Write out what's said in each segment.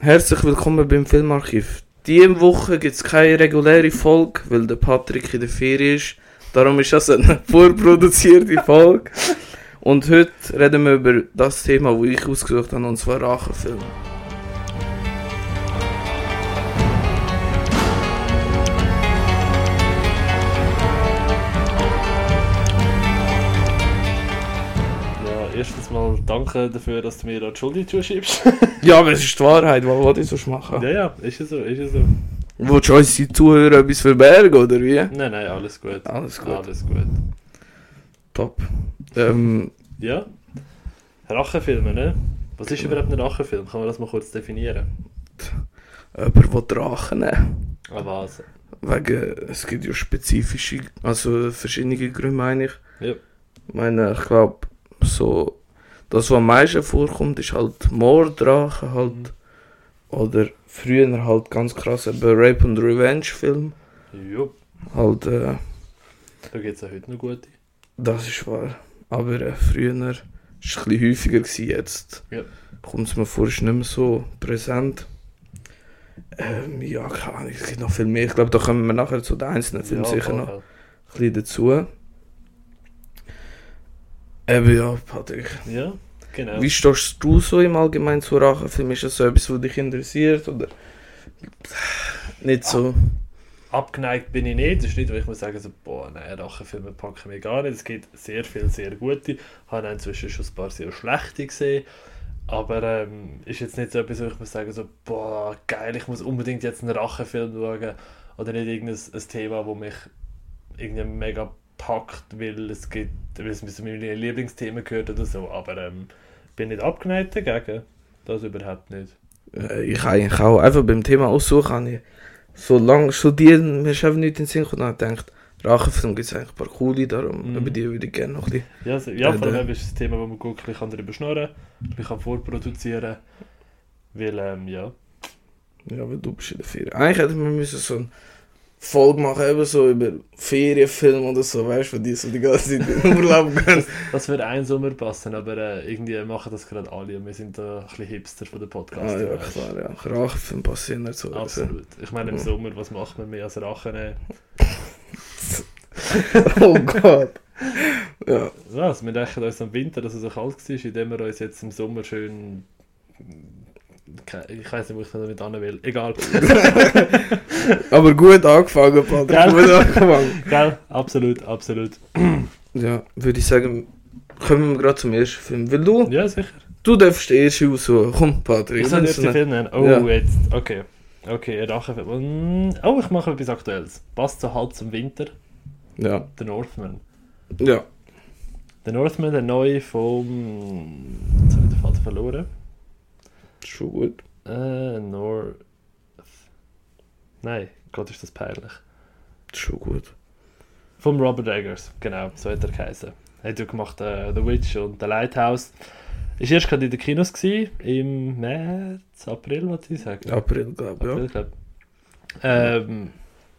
Herzlich willkommen beim Filmarchiv. Diese Woche gibt es keine reguläre Folge, weil der Patrick in der Ferie ist. Darum ist das eine vorproduzierte Folge. Und heute reden wir über das Thema, das ich ausgesucht habe, und zwar Rachenfilme. Ja, erstens mal danke dafür, dass du mir da die Schuld zuschiebst. Ja, aber es ist die Wahrheit, was wollte ich sonst machen? ja, ja, ist ja so, ist ja so. Willst du uns die Zuhörer etwas verbergen, oder wie? Nein, nein, alles gut. Alles gut. Alles gut. Top. Ähm, Ja. Rachenfilme, ne? Was ist Genau. überhaupt ein Rachenfilm? Kann man das mal kurz definieren? jemand will Rachen nehmen. An was? Wegen, es gibt ja spezifische, also verschiedene Gründe, meine ich. Ja. Ich meine, ich glaube, so, das, was am meisten vorkommt, ist halt Mordrache Mhm. halt. Oder früher halt ganz krass eben Rape und Revenge Film. Jupp. Halt, äh, Da gibt es ja heute noch gute. das ist wahr. Aber äh, früher war es ein bisschen häufiger gewesen, jetzt. Ja. Kommt es mir vor, ist nicht mehr so präsent. Ähm, ja, keine Ahnung, es gibt noch viel mehr. Ich glaube, da kommen wir nachher zu den einzelnen Filmen sicher noch. voll. bisschen dazu. Eben ja, Patrick. Ja, genau. Wie stehst du so im Allgemeinen zu Rachenfilmen? Ist das so etwas, was dich interessiert? Oder nicht so? Abgeneigt bin ich nicht. Das ist nicht, weil ich muss sagen, so, boah, nein, Rachenfilme packen mir gar nicht. Es gibt sehr viele sehr gute. Ich habe auch inzwischen schon ein paar sehr schlechte gesehen. Aber ähm, ist jetzt nicht so etwas, wo ich muss sagen, so, boah, geil, ich muss unbedingt jetzt einen Rachenfilm schauen. Oder nicht irgendein ein Thema, wo mich irgendwie mega packt, weil es gibt, weil es zu meinen Lieblingsthemen gehört oder so. Aber ähm, bin nicht abgeneigt dagegen. Das überhaupt nicht. Äh, ich habe eigentlich auch einfach beim Thema aussuchen, habe ich so lange studiert, und mir ist einfach nichts in den Sinn gekommen und habe gedacht, Rachenfilme gibt es eigentlich ein paar coole, darum Mhm. über die würde ich gerne noch ein bisschen. Ja, also, ja Äh, vor der- allem ist es ein Thema, wo man gut ein bisschen drüber schnurren kann, ein bisschen vorproduzieren kann. Weil, ähm, ja. Ja, weil du bist in der Ferien. Eigentlich hätten wir müssen so eine Folge machen, eben so über Ferienfilme oder so, weißt du, wo die so die ganze Zeit in Urlaub gehen. Das würde einen Sommer passen, aber äh, irgendwie machen das gerade alle und wir sind da ein bisschen Hipster von den Ah, Podcasts. ja, weißt du. klar, ja. Rauchen passieren nicht so. Also. Absolut. Ich meine, im Ja. Sommer, was macht man mehr als Rachen? äh, nehmen? Oh Gott. Ja, Ja, also wir denken uns am Winter, dass es so kalt war, indem wir uns jetzt im Sommer schön. Ke- Ich weiß nicht, wo ich damit hin will. Egal. aber gut angefangen, Patrick. Gell? Gut angefangen. Gell? Absolut, absolut. Ja, würde ich sagen, kommen wir gerade zum ersten Film. Weil du, Ja, sicher. du darfst den ersten aussuchen. Komm, Patrick. Ich soll jetzt die nenn's ihn. Film nennen. Oh, Ja. jetzt. Okay. Okay, Rachenfilm. Mm, Oh, ich mache etwas Aktuelles. Passt so halb zum Winter. Ja, The Northman. ja. The Northman, der neue vom. Jetzt habe ich den Vater verloren. Schon gut. Äh, North. Nein, Gott, ist das peinlich. Schon gut. Vom Robert Eggers, genau, so hat er geheißen. Er hat ja gemacht äh, The Witch und The Lighthouse. Ist erst gerade in den Kinos gewesen, im März, April, was ich sagen. April, glaube ich, ja. April, glaub. Ähm,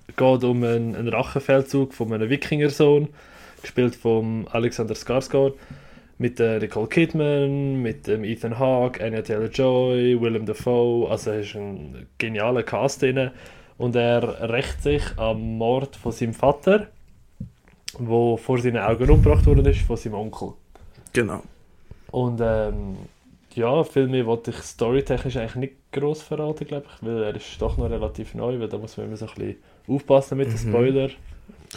geht um einen, einen Rachenfeldzug von einem Wikingersohn, gespielt von Alexander Skarsgård, mit äh, Nicole Kidman, mit ähm, Ethan Hawke, Anya Taylor-Joy, Willem Dafoe, also er ist ein genialer Cast drin. Und er rächt sich am Mord von seinem Vater, wo vor seinen Augen umgebracht worden ist, von seinem Onkel. Genau. Und ähm, ja, viel mehr wollte ich storytechnisch eigentlich nicht groß verraten, glaube ich, weil er ist doch noch relativ neu, weil da muss man immer so ein bisschen aufpassen mit den Mhm. Spoiler.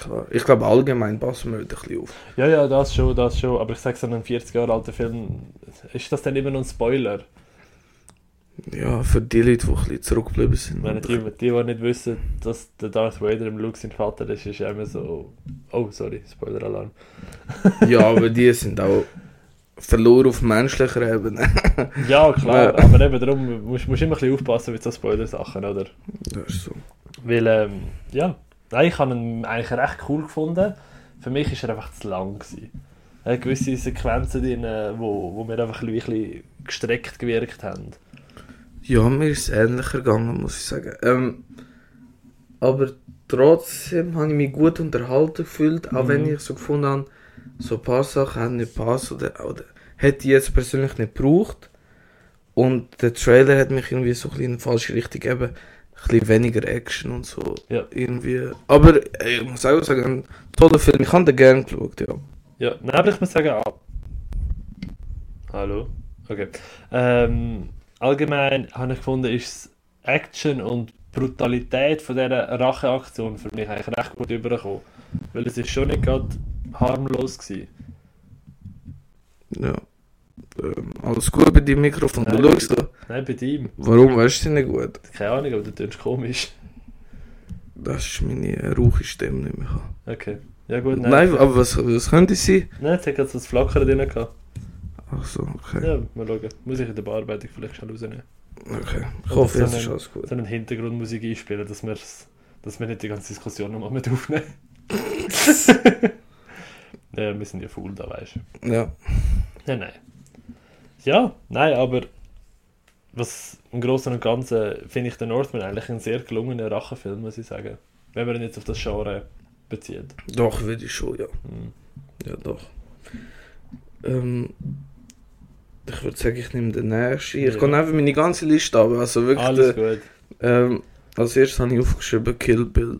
Klar. Ich glaube, allgemein passen wir heute ein bisschen auf. Ja, ja, das schon, das schon, aber ich sage so einen 40 Jahre alten Film, ist das dann immer noch ein Spoiler? Ja, für die Leute, die ein bisschen zurückgeblieben sind. Ich meine, die, die, die nicht wissen, dass der Darth Vader im Luke sein Vater ist, ist ja immer so, oh, sorry, Spoiler-Alarm. Ja, aber die sind auch verloren auf menschlicher Ebene. Ja, klar, Ja. aber eben darum musst du immer ein bisschen aufpassen mit so Spoiler-Sachen, oder? Das ist so. Weil, ähm, ja, nein, ich habe ihn eigentlich recht cool gefunden. Für mich war er einfach zu lang. Gewesen. Er hat gewisse Sequenzen drin, äh, wo, wo mir einfach ein bisschen gestreckt gewirkt haben. Ja, mir ist es ähnlicher gegangen, muss ich sagen. Ähm, aber trotzdem habe ich mich gut unterhalten gefühlt, auch Mhm. wenn ich so gefunden habe, so ein paar Sachen haben nicht passt oder, oder hätte ich jetzt persönlich nicht gebraucht. Und der Trailer hat mich irgendwie so ein bisschen in die falsche Richtung eben. Ein bisschen weniger Action und so. Ja. Irgendwie. Aber äh, ich muss auch sagen, ein toller Film. Ich habe den gerne geschaut, ja. Ja, nein, aber ich muss sagen, ab. Hallo? Okay. Ähm, allgemein habe ich gefunden, ist das Action und Brutalität von dieser Racheaktion für mich eigentlich recht gut übergekommen. Weil es ist schon nicht gerade harmlos gewesen. ja. Ähm, alles gut bei deinem Mikrofon. Du Nein. schaust da. Nein, bei ihm. Warum weißt du nicht gut? Keine Ahnung, aber du tönst komisch. Das ist meine äh, rauche Stimme nicht mehr. kann. Okay. Ja gut, nein. Nein, aber was, was könnte es sein? Nein, es hat gerade so das Flackern drin gehabt. Ach so, okay. Ja, mal schauen. Muss ich in der Bearbeitung vielleicht schnell rausnehmen. okay. Ich Ja, hoffe, jetzt das kann ist man- alles gut. So eine Hintergrundmusik einspielen, dass wir dass wir nicht die ganze Diskussion nochmal mit aufnehmen. ja, wir sind ja faul da, weißt du. Ja. Nein, nein. Ja, nein, aber was im Großen und Ganzen finde ich den Northman eigentlich einen sehr gelungenen Rachenfilm, muss ich sagen. Wenn man ihn jetzt auf das Genre bezieht. Doch, würde ich schon, ja. Mhm. Ja, doch. Ähm, ich würde sagen, ich nehme den nächsten. Ich Ja. kann einfach meine ganze Liste haben. Also wirklich. Alles der- gut. Ähm, als erstes habe ich aufgeschrieben Kill Bill.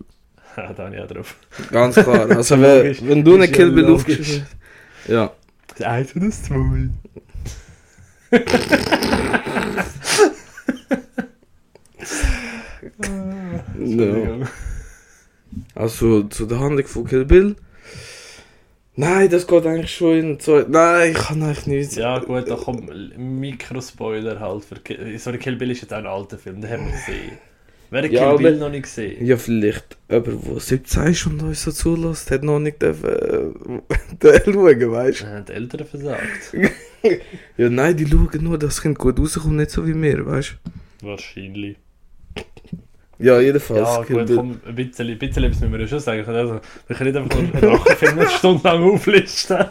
Ah, da habe ich auch drauf. Ganz klar. Also, wenn, Logisch. wenn du Ist eine ja Kill Bill logisch. aufgeschrieben hast. Ja. Das eins und das zwei. ja. Also zu der Handlung von Kill Bill. Nein, das geht eigentlich schon in zwei. Nein, ich kann eigentlich nichts. Ja, gut, da kommt Mikrospoiler halt. Für Ki Sorry, Kill Bill ist jetzt auch ein alter Film, den haben wir gesehen. Wer hat Ja, Kill aber- Bill noch nicht gesehen? Ja, vielleicht jemand, der 17 ist und uns so zulässt, hat noch nicht dürfen, äh, den schauen, weißt Dann haben die Eltern versagt. du? Ja, nein, die schauen nur, dass das Kind gut rauskommt, nicht so wie wir, weißt Wahrscheinlich. du? Ja, jedenfalls. Ja, Kill gut, Bill. komm, ein bisschen, ein bisschen etwas müssen wir ja schon sagen. Also, wir können nicht einfach nur einen Rachenfilm eine Stunde sånn lang auflisten.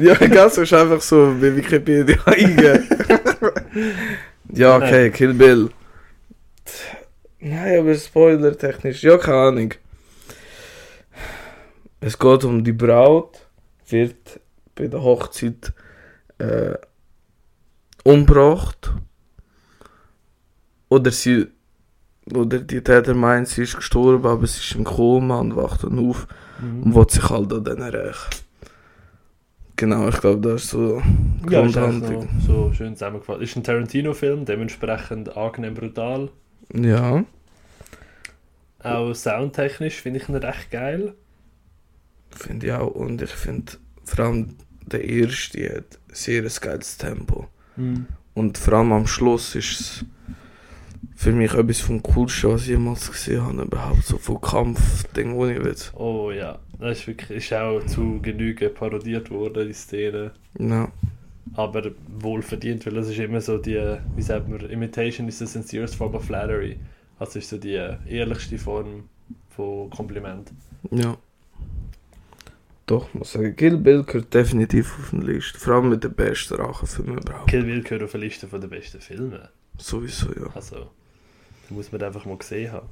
ja ganz ist einfach so bei Wikipedia eingeben. ja, okay, Kill Bill. Nein, aber spoilertechnisch, ja, keine Ahnung. Es geht um die Braut, wird bei der Hochzeit äh, umgebracht. Oder sie. Oder die Täter meint, sie ist gestorben, aber sie ist im Koma und wacht dann auf und will sich halt an denen rächen. Genau, ich glaube, das ist so die Ja, ist eigentlich Grundhandlung. noch so schön zusammengefasst. Ist ein Tarantino-Film, dementsprechend angenehm brutal. Ja, Auch soundtechnisch finde ich ihn recht geil. finde ich auch. Und ich finde vor allem der erste hat sehr ein geiles Tempo. Und vor allem am Schluss ist es für mich etwas vom Coolsten, was ich jemals gesehen habe. Überhaupt so vom Kampf, Ding, wo ich will. Oh ja, das ist wirklich ist auch zu Genüge parodiert worden, die Szene. Ja, aber wohl verdient, weil das ist immer so die, wie sagt man, Imitation is the sincerest form of flattery. Also ist so die ehrlichste Form von Kompliment. ja. Doch, muss sagen, Kill Bill gehört definitiv auf den List. Vor allem mit den besten Rachenfilmen überhaupt. Kill Bill gehört auf eine Liste der besten Filme. Sowieso, ja. Also, da muss man das einfach mal gesehen haben.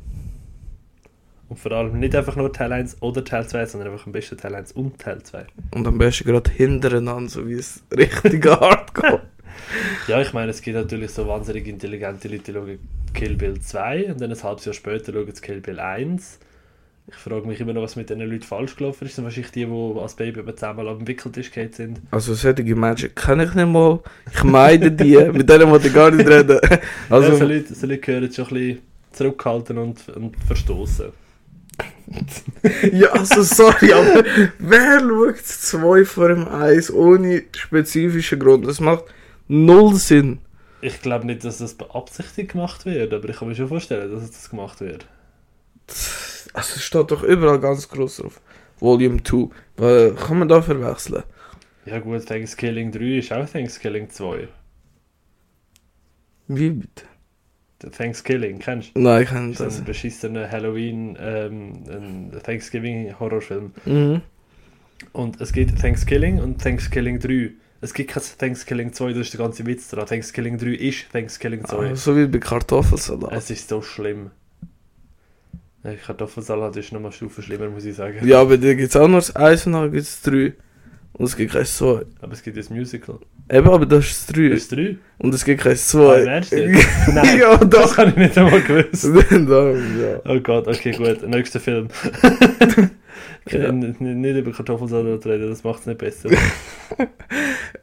Und vor allem nicht einfach nur Teil 1 oder Teil 2, sondern einfach am besten Teil 1 und Teil 2. Und am besten gerade hintereinander, so wie es richtig hardcore. Ja, ich meine, es gibt natürlich so wahnsinnig intelligente Leute, die schauen Kill Bill 2 und dann ein halbes Jahr später schauen sie Kill Bill 1. Ich frage mich immer noch, was mit diesen Leuten falsch gelaufen ist. Das sind wahrscheinlich die, die als Baby eben zusammen am Wickeltisch gegangen sind. Also solche Menschen kenne ich nicht mal. Ich meide die. Mit denen wollte ich gar nicht reden. Also, ja, so Also, Leute, so Leute gehören schon ein bisschen zurückhalten und, und verstoßen. ja, also sorry, aber wer schaut zwei vor dem Eis ohne spezifischen Grund? Das macht null Sinn. Ich glaube nicht, dass das beabsichtigt gemacht wird, aber ich kann mir schon vorstellen, dass das gemacht wird. Also es steht doch überall ganz groß drauf. Volume 2. Weil, Kann man da verwechseln? Ja gut, Thanksgiving 3 ist auch Thanksgiving 2. Wie bitte? Der Thanksgiving, kennst du? Nein, ich kenne Das ist das. ein beschissener Halloween, ähm, ein Thanksgiving-Horrorfilm. Mhm. Und es gibt Thanksgiving und Thanksgiving 3. Es gibt kein Thanksgiving 2, das ist der ganze Witz dran. Thanksgiving 3 ist Thanksgiving 2. Ah, so wie bei Kartoffelsalat. Es ist so schlimm. Ja, Kartoffelsalat ist nochmal Stufe schlimmer, muss ich sagen. Ja, aber da gibt es auch noch das Eis und dann gibt es drei. Und es gibt kein 2. Aber es gibt ein Musical. Eben, aber das ist das 3. Ist drei? Und es gibt kein 2. Ah, im Ernst jetzt? Nein, ja, das doch. habe ich nicht einmal gewusst. Darum, ja. Oh Gott, okay, gut. Nächster Film. Ja. N- n- Nicht über Kartoffelsalat reden, das macht es nicht besser.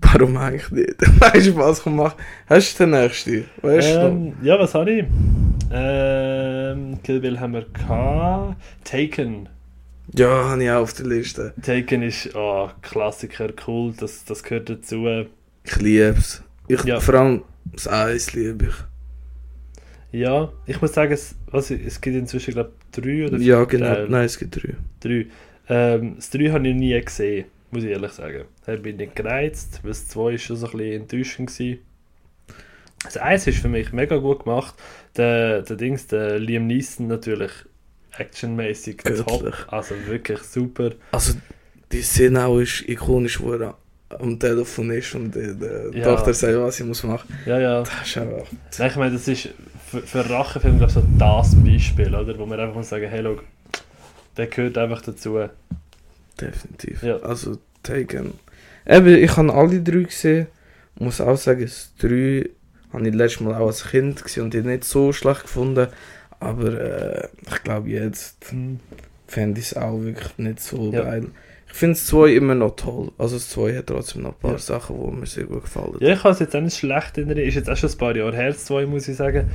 Warum eigentlich nicht? Weißt du, was ich mache? Hast du den nächsten? Weißt du? noch? ähm, ja, was habe ich? Ähm, Kill Bill haben wir gehabt. Taken. Ja, habe ich auch auf der Liste. Taken ist oh, Klassiker, cool, das, das gehört dazu. Ich liebe es. Ich, Ja. Vor allem das Eis liebe ich. Ja, ich muss sagen, es, was, es gibt inzwischen, glaube ich, drei oder Ja, genau. Teile. Nein, es gibt drei. Drei. Ähm, das 3 habe ich nie gesehen, muss ich ehrlich sagen. Da bin ich nicht gereizt, weil das 2 war schon so ein bisschen enttäuschend. Gewesen. Das 1 ist für mich mega gut gemacht. Der, der Dings, der Liam Neeson natürlich actionmäßig top. Göttlich. Also wirklich super. Also, die Szene auch ist ikonisch, wo er am Telefon ist und der, der Ja. Tochter sagt, was sie muss machen. Ja, ja. Das ist einfach... Nein, ich meine, das ist für, für einen Rachenfilm, glaube ich, so das Beispiel, oder? Wo man einfach muss sagen, hey, schau, der gehört einfach dazu. Definitiv. Ja. Also, Taken. Eben, ich habe alle drei gesehen. Muss auch sagen, das drei habe ich letztes Mal auch als Kind gesehen und die nicht so schlecht gefunden. Aber äh, ich glaube, jetzt fände ich es auch wirklich nicht so Ja. geil. Ich finde das 2 immer noch toll. Also, das 2 hat trotzdem noch ein paar Ja. Sachen, die mir sehr gut gefallen. Ja, ich habe es jetzt auch nicht schlecht in Erinnerung. Ist jetzt auch schon ein paar Jahre her, das zwei, muss ich sagen.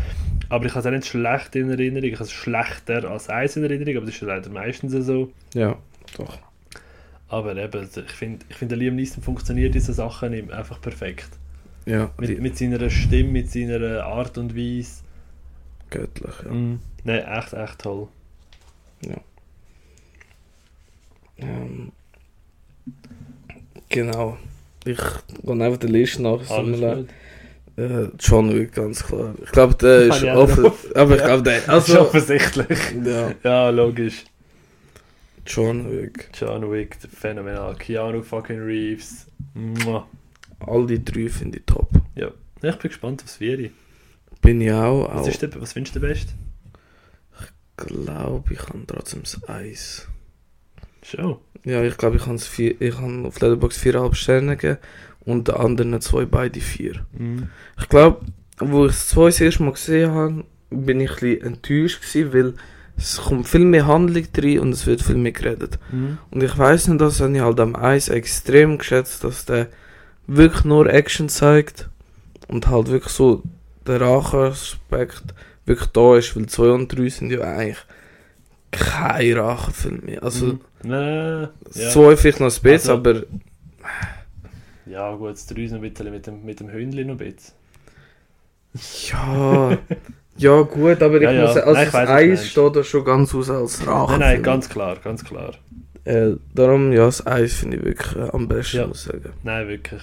Aber ich habe es auch nicht schlecht in Erinnerung. Ich habe es schlechter als eins in Erinnerung, aber das ist ja leider meistens so. Ja, doch. Aber eben, also ich finde, ich find, der Liam Neeson funktioniert in so Sachen ihm einfach perfekt. Ja, Mit, die- mit seiner Stimme, mit seiner Art und Weise. göttlich. Ja. Mhm. Nein, echt, echt toll. Ähm, genau. Ich gehe einfach der Liste nach. es tut mir Alles leid. gut. Äh, John Wick, ganz klar. Ich glaube, der Hab ist ich auch offen. drauf. Aber ich glaube, der. Das ist Also, offensichtlich. ja, Ja, logisch. John Wick. John Wick, phänomenal. Keanu fucking Reeves. Mua. All die drei finde ich top. Ich bin gespannt aufs Vieri. Bin ich auch. Was, auch ist der- was findest du den besten? glaube, ich kann trotzdem das Eis. Schon. Ja, ich glaube, ich kann ich kann auf Letterboxd 4,5 Sterne geben und den anderen zwei beide vier. Ich glaube, wo ich es zwei das erste Mal gesehen habe, bin ich ein bisschen enttäuscht gewesen, weil es kommt viel mehr Handlung drin und es wird viel mehr geredet. Und ich weiß nicht, das habe ich halt am Eis extrem geschätzt, dass der wirklich nur Action zeigt und halt wirklich so der Racheaspekt wirklich da ist, weil 2 und 3 sind ja eigentlich kein Rachenfilm mehr. Also Mhm. Nein, ja. 2 vielleicht noch ein bisschen, Also- aber ja gut, das drei noch ein bisschen mit dem, mit dem Hündchen noch ein bisschen. ja, ja gut, aber ich Ja, ja. muss sagen, also Nein, das ich weiss, was du Eis meinst. steht da schon ganz aus als nein, Rachenfilm. nein, ganz klar, ganz klar. äh, darum, ja, das Eis finde ich wirklich äh, am besten, Ja. muss ich sagen. Nein, wirklich.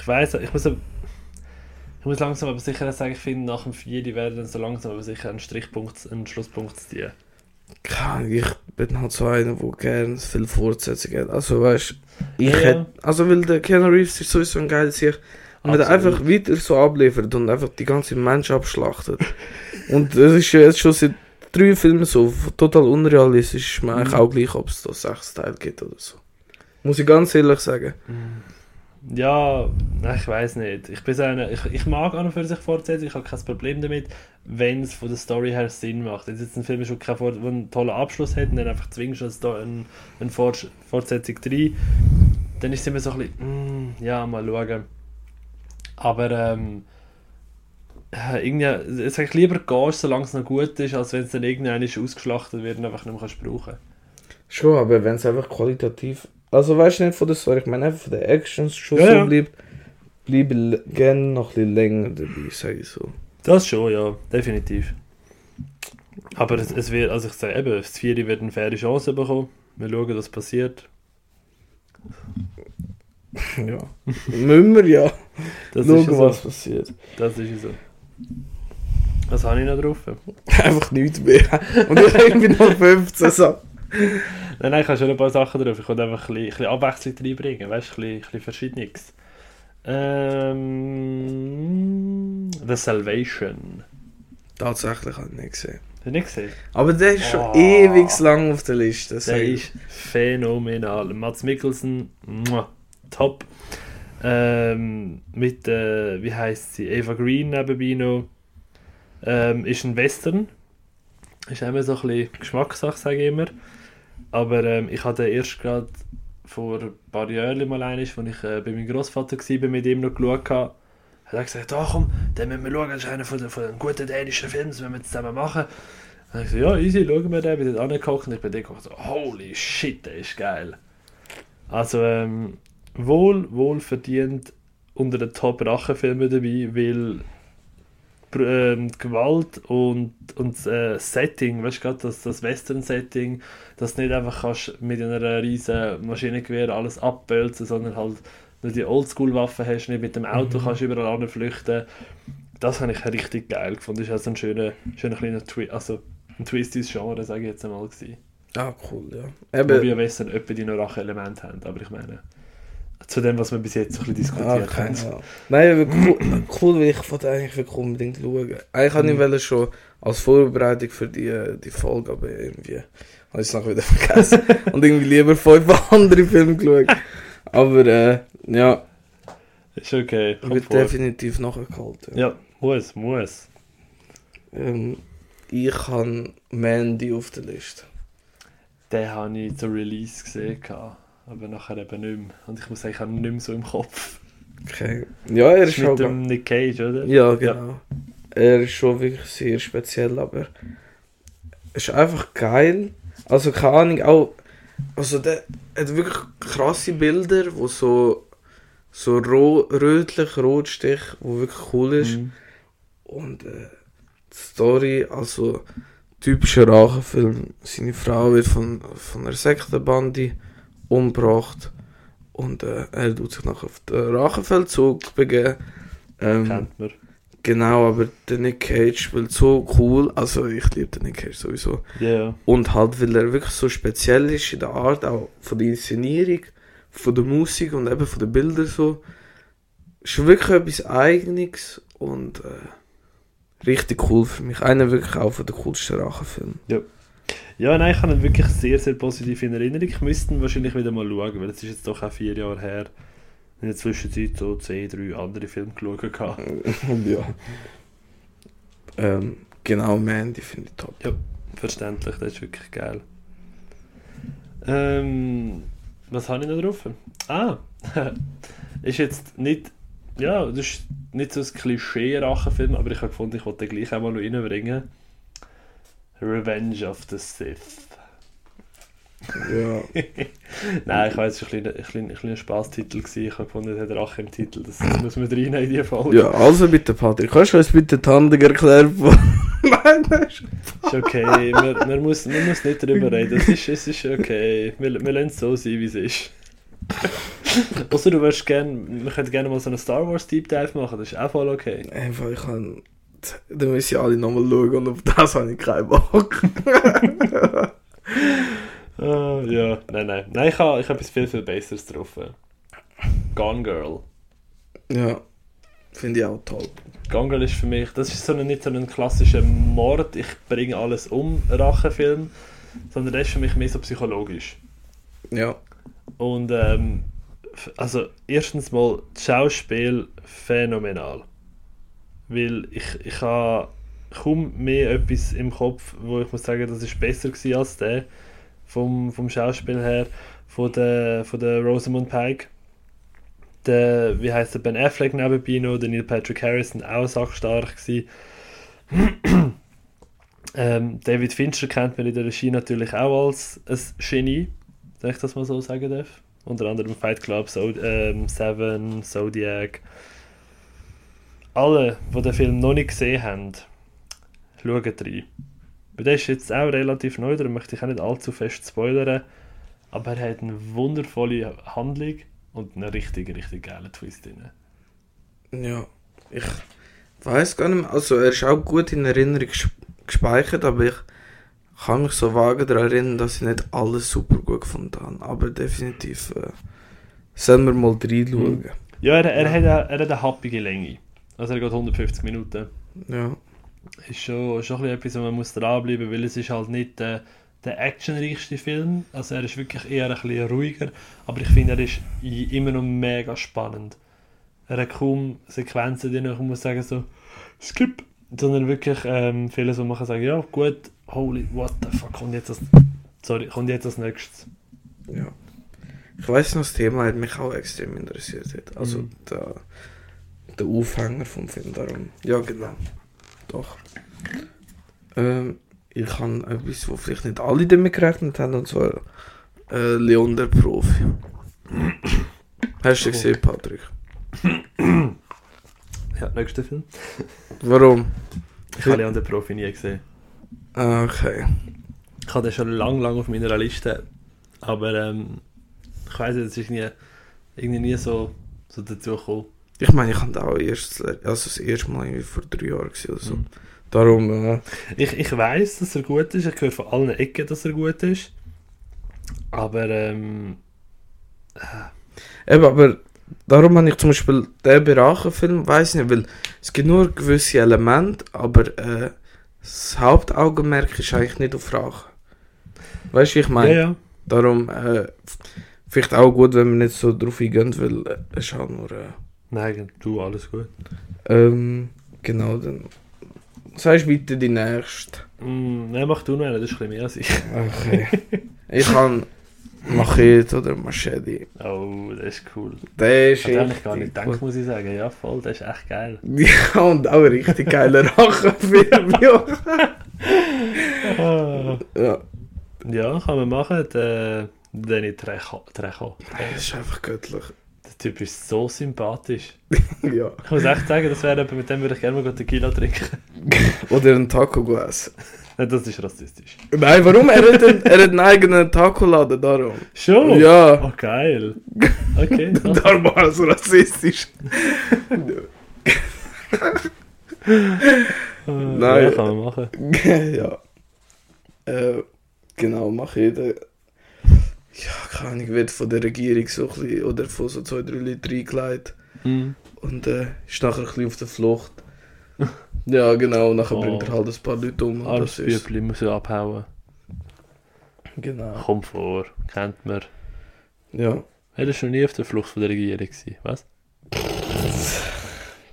Ich weiß, ich muss, ich muss langsam aber sicher auch sagen, ich finde nach dem 4 die werden dann so langsam aber sicher einen Strichpunkt, einen Schlusspunkt ziehen. Keine Ahnung, ich bin halt so einer, der gerne viel Fortsetzung hat. Also weißt ich Ja, ja. hätte, also weil der Keanu Reeves ist sowieso ein geiler Sieg. Und wenn er Absolut. einfach weiter so abliefert und einfach die ganze Mensch abschlachtet. und das ist ja jetzt schon seit drei Filmen so, total unrealistisch ist mir eigentlich Mhm. auch gleich, ob es da sechs Teile gibt oder so. Muss ich ganz ehrlich sagen. Ja, nein, ich weiß nicht. Ich, bin so einer, ich, ich mag an und für sich fortsetzen, ich habe kein Problem damit, wenn es von der Story her Sinn macht. Wenn jetzt ein Film ist, der keinen Fort- der einen tollen Abschluss hat und dann einfach zwingst du das da eine, eine Fort Fortsetzung rein, dann ist es immer so ein bisschen, mm, ja, mal schauen. Aber ähm, äh, irgendwie, es sag ich lieber gehst, solange es noch gut ist, als wenn es dann irgendwann ausgeschlachtet wird und einfach nicht mehr kannst brauchen. Schon, aber wenn es einfach qualitativ. Also weißt du nicht von der Story, ich meine einfach von der Action schon Ja, so ja. bleibt, bleibe l- gerne noch ein bisschen länger dabei, sage ich so. Das schon, ja, definitiv. Aber es, es wird, also ich sage eben, das Vieri wird eine faire Chance bekommen. Wir schauen, was passiert. Ja. Müssen wir ja. Das Schauen, ist ja was so. passiert. Das ist ja so. Was habe ich noch drauf? Einfach nichts mehr. Und ich bin noch 15 so. Nein, nein, ich habe schon ein paar Sachen drauf. Ich wollte einfach ein bisschen, ein bisschen Abwechslung reinbringen, weißt du, ein bisschen, ein bisschen Verschiedenes. Ähm, The Salvation. Tatsächlich habe ich ihn nicht gesehen. Hast du nicht gesehen? Aber der ist schon Ah. ewig lang auf der Liste. Das Der sag ich. ist phänomenal. Mats Mikkelsen, mwah, top. Ähm, mit, äh, wie heißt sie, Eva Green nebenbei noch. Ähm, ist ein Western. Ist immer so ein bisschen Geschmackssache, sage ich immer. Aber ähm, ich hatte erst gerade vor ein paar Jahren mal einen, als ich äh, bei meinem Großvater war, mit ihm noch geschaut habe. Hat er gesagt, ah komm, dann müssen wir schauen, das ist einer von den, von den guten dänischen Filmen, das müssen wir zusammen machen. Dann hab ich so, ja, easy, schauen wir den, bin dort angeguckt und ich bin dort gekommen, so, holy shit, der ist geil. Also, ähm, wohl, wohl verdient unter den Top-Rachenfilmen dabei, weil pr- ähm, die Gewalt und, und das äh, Setting, weißt du, gerade das, das Western-Setting, dass du nicht einfach kannst mit einer riesen Maschinengewehr alles abbölzen, sondern halt nur die Oldschool-Waffen hast, nicht mit dem Auto kannst überall flüchten. Das habe ich richtig geil gefunden. Das ist also ein schöner, schöner kleiner Twist, also ein Twist ins Genre, sage ich jetzt einmal. Gewesen. Ah, cool, ja. Wobei Eben. wir wissen, ob die noch Rache-Elemente haben, aber ich meine, zu dem, was wir bis jetzt so ein bisschen Ah, diskutiert keine haben. Ahnung. Nein, aber cool, cool, weil ich wollte eigentlich wirklich unbedingt schauen. Eigentlich Mhm. hatte ich wollte schon als Vorbereitung für die, äh, die Folge, aber irgendwie habe ich es nachher wieder vergessen und irgendwie lieber fünf andere Filme geschaut. Aber äh, ja, Ist okay, kommt wird vor. definitiv nachgeholt. Ja. Ja, muss, muss. Ähm, ich habe Mandy auf der Liste. Den habe ich zu Release gesehen, gehabt, aber nachher eben nicht mehr. Und ich muss sagen, ich habe ihn nicht mehr so im Kopf. Okay. Ja, er Das ist ist mit schon... dem Nick Cage, oder? Ja, genau. Er ist schon wirklich sehr speziell, aber es ist einfach geil. Also keine Ahnung, auch also der hat wirklich krasse Bilder, wo so so ro rötlich Rotstich, wo wirklich cool ist Mhm. und äh, die Story, also typischer Rachenfilm. Seine Frau wird von von einer Sektenbande umgebracht und äh, er tut sich nachher auf den Rachenfeldzug begeben. Ähm, Kennt man. Genau, aber der Nick Cage spielt so cool. Also ich liebe den Nick Cage sowieso. Ja, ja. Und halt, weil er wirklich so speziell ist in der Art, auch von der Inszenierung, von der Musik und eben von den Bildern so. Ist wirklich etwas Eigenes und äh, richtig cool für mich. Einer wirklich auch von den coolsten Rachenfilmen. Ja, nein, ich habe ihn wirklich sehr, sehr positiv in Erinnerung. Ich müsste ihn wahrscheinlich wieder mal schauen, weil es ist jetzt doch auch vier Jahre her. In der Zwischenzeit so zwei, drei andere Filme geschaut. gehabt. ja. Ähm, genau, Mandy finde ich top. Verständlich, das ist wirklich geil. Ähm, was habe ich noch drauf? Ah, ist jetzt nicht, ja, das ist nicht so ein Klischee-Rachenfilm, aber ich habe gefunden, ich wollte den gleich einmal noch reinbringen. Revenge of the Sith. Ja. Nein, ich weiß, es war ein kleiner, ein kleiner, ein kleiner Spaßtitel. gewesen. Ich habe gefunden, es hat Rache im Titel. Das, das muss man reinnehmen in die Folge. ja, also bitte Patrick, kannst du uns bitte die Handlung erklären? von- Nein, das ist Ist okay, man, man, muss, man muss nicht drüber reden. Es ist, es ist okay. Wir, wir lassen es so sein, wie es ist. Außer du würdest gerne, wir könnten gerne mal so einen Star Wars Deep Dive machen. Das ist auch voll okay. Einfach, ich kann. Da müssen ja alle nochmal schauen und auf das habe ich keinen Bock. Ah, ja, nein, nein. Nein, ich habe, ich habe etwas viel, viel Besseres getroffen. Gone Girl. ja. Finde ich auch toll. Gangrel ist für mich, das ist so ein, nicht so ein klassischer Mord, ich bringe alles um, Rachenfilm, sondern das ist für mich mehr so psychologisch. Ja. Und ähm, f- also erstens mal das Schauspiel phänomenal. Weil ich, ich habe kaum mehr etwas im Kopf, wo ich muss sagen, das ist besser gewesen als der vom, vom Schauspiel her, von der, von der Rosamund Pike. Der, wie heißt der, Ben Affleck nebenbei noch, der Neil Patrick Harrison, auch sackstark gewesen. ähm, David Fincher kennt man in der Regie natürlich auch als ein Genie wenn ich das mal so sagen darf. Unter anderem Fight Club, so ähm, Seven, Zodiac. Alle, die den Film noch nicht gesehen haben, schauen rein. Weil der ist jetzt auch relativ neu, darum möchte ich auch nicht allzu fest spoilern. Aber er hat eine wundervolle Handlung und einen richtig, richtig geilen Twist drin. Ja. Ich weiß gar nicht mehr. Also, er ist auch gut in Erinnerung ges- gespeichert, aber ich kann mich so vage daran erinnern, dass ich nicht alles super gut gefunden habe. Aber definitiv äh, sollen wir mal reinschauen. Ja, er, er, Hat, auch- er hat eine happige Länge. Also er geht 150 Minuten. Ja. ist schon, schon ein bisschen etwas, wo man muss dranbleiben muss, weil es ist halt nicht äh, der actionreichste Film. Also er ist wirklich eher ein bisschen ruhiger, aber ich finde, er ist i- immer noch mega spannend. Er hat kaum Sequenzen drin, wo ich muss sagen so, skip, sondern wirklich ähm, vieles, wo man kann sagen, ja gut, holy, what the fuck, kommt jetzt das, sorry, kommt jetzt das Nächste. Ja. Ich weiß noch, das Thema hat mich auch extrem interessiert. Hat. Also Mhm. der, der Aufhänger vom Film darum. Ja, genau. Doch. Ähm, ich habe etwas, wo vielleicht nicht alle damit gerechnet haben, und zwar äh, Leon der Profi. Hast du Oh. gesehen, Patrick? Ja, nächster Film. Warum? Ich habe Leon den Profi nie gesehen. Ah, Okay. Ich hatte den schon lange, lange auf meiner Liste. Aber ähm, ich weiß nicht, es ist irgendwie, irgendwie nie so, so dazu gekommen. Ich meine, ich habe den auch erst, also das erste Mal irgendwie vor drei Jahren gesehen oder so. Darum, äh, Ich, ich weiß, dass er gut ist. Ich höre von allen Ecken, dass er gut ist. Aber ähm, Eben, aber darum habe ich zum Beispiel den Berachen-Film, weiß nicht, weil es gibt nur gewisse Elemente, aber äh, das Hauptaugenmerk ist eigentlich nicht auf Rache. Weißt du, wie ich ja, meine? ja. Darum, äh, f- vielleicht auch gut, wenn wir nicht so drauf eingehen, weil äh, es ist halt nur. Äh, Nein, du, alles gut. ähm, genau, dann. Sagst weiter die nächste. Mm, nein, mach du noch einen, das ist ein bisschen mehr als ich. Okay. ich kann Machete oder Machete. Oh, das ist cool. Der Ich ist. hätte eigentlich gar nicht richtig gedacht, muss ich sagen. Ja, voll, das ist echt geil. Ja, und auch ein richtig geiler Rachenfilm, ja. Ah. Ja, Ja, kann man machen. Der Danny Trejo. Trejo. das ist einfach göttlich. Der Typ ist so sympathisch. Ja. Ich muss echt sagen, das wäre jemand, mit dem würde ich gerne mal Tequila trinken. Oder einen Taco essen. Nein, das ist rassistisch. Nein, warum? Er hat einen, er hat einen eigenen Taco-Laden, darum. Schon? Ja, Oh, geil. Okay. krass. Oh. darum war es rassistisch. Äh, Nein. Ja, kann man machen. ja. Äh, genau, mach jeder. Ja, keine Ahnung, wird von der Regierung so ein bisschen, oder von so zwei, drei Leuten reingelegt. Hm. Und äh, ist nachher ein bisschen auf der Flucht. Ja, genau, nachher Oh. bringt er halt ein paar Leute um. und Alles Das ist, Bübli muss ja abhauen. genau. Kommt vor. Kennt man. Ja, Er war schon nie auf der Flucht von der Regierung. Gewesen. Was?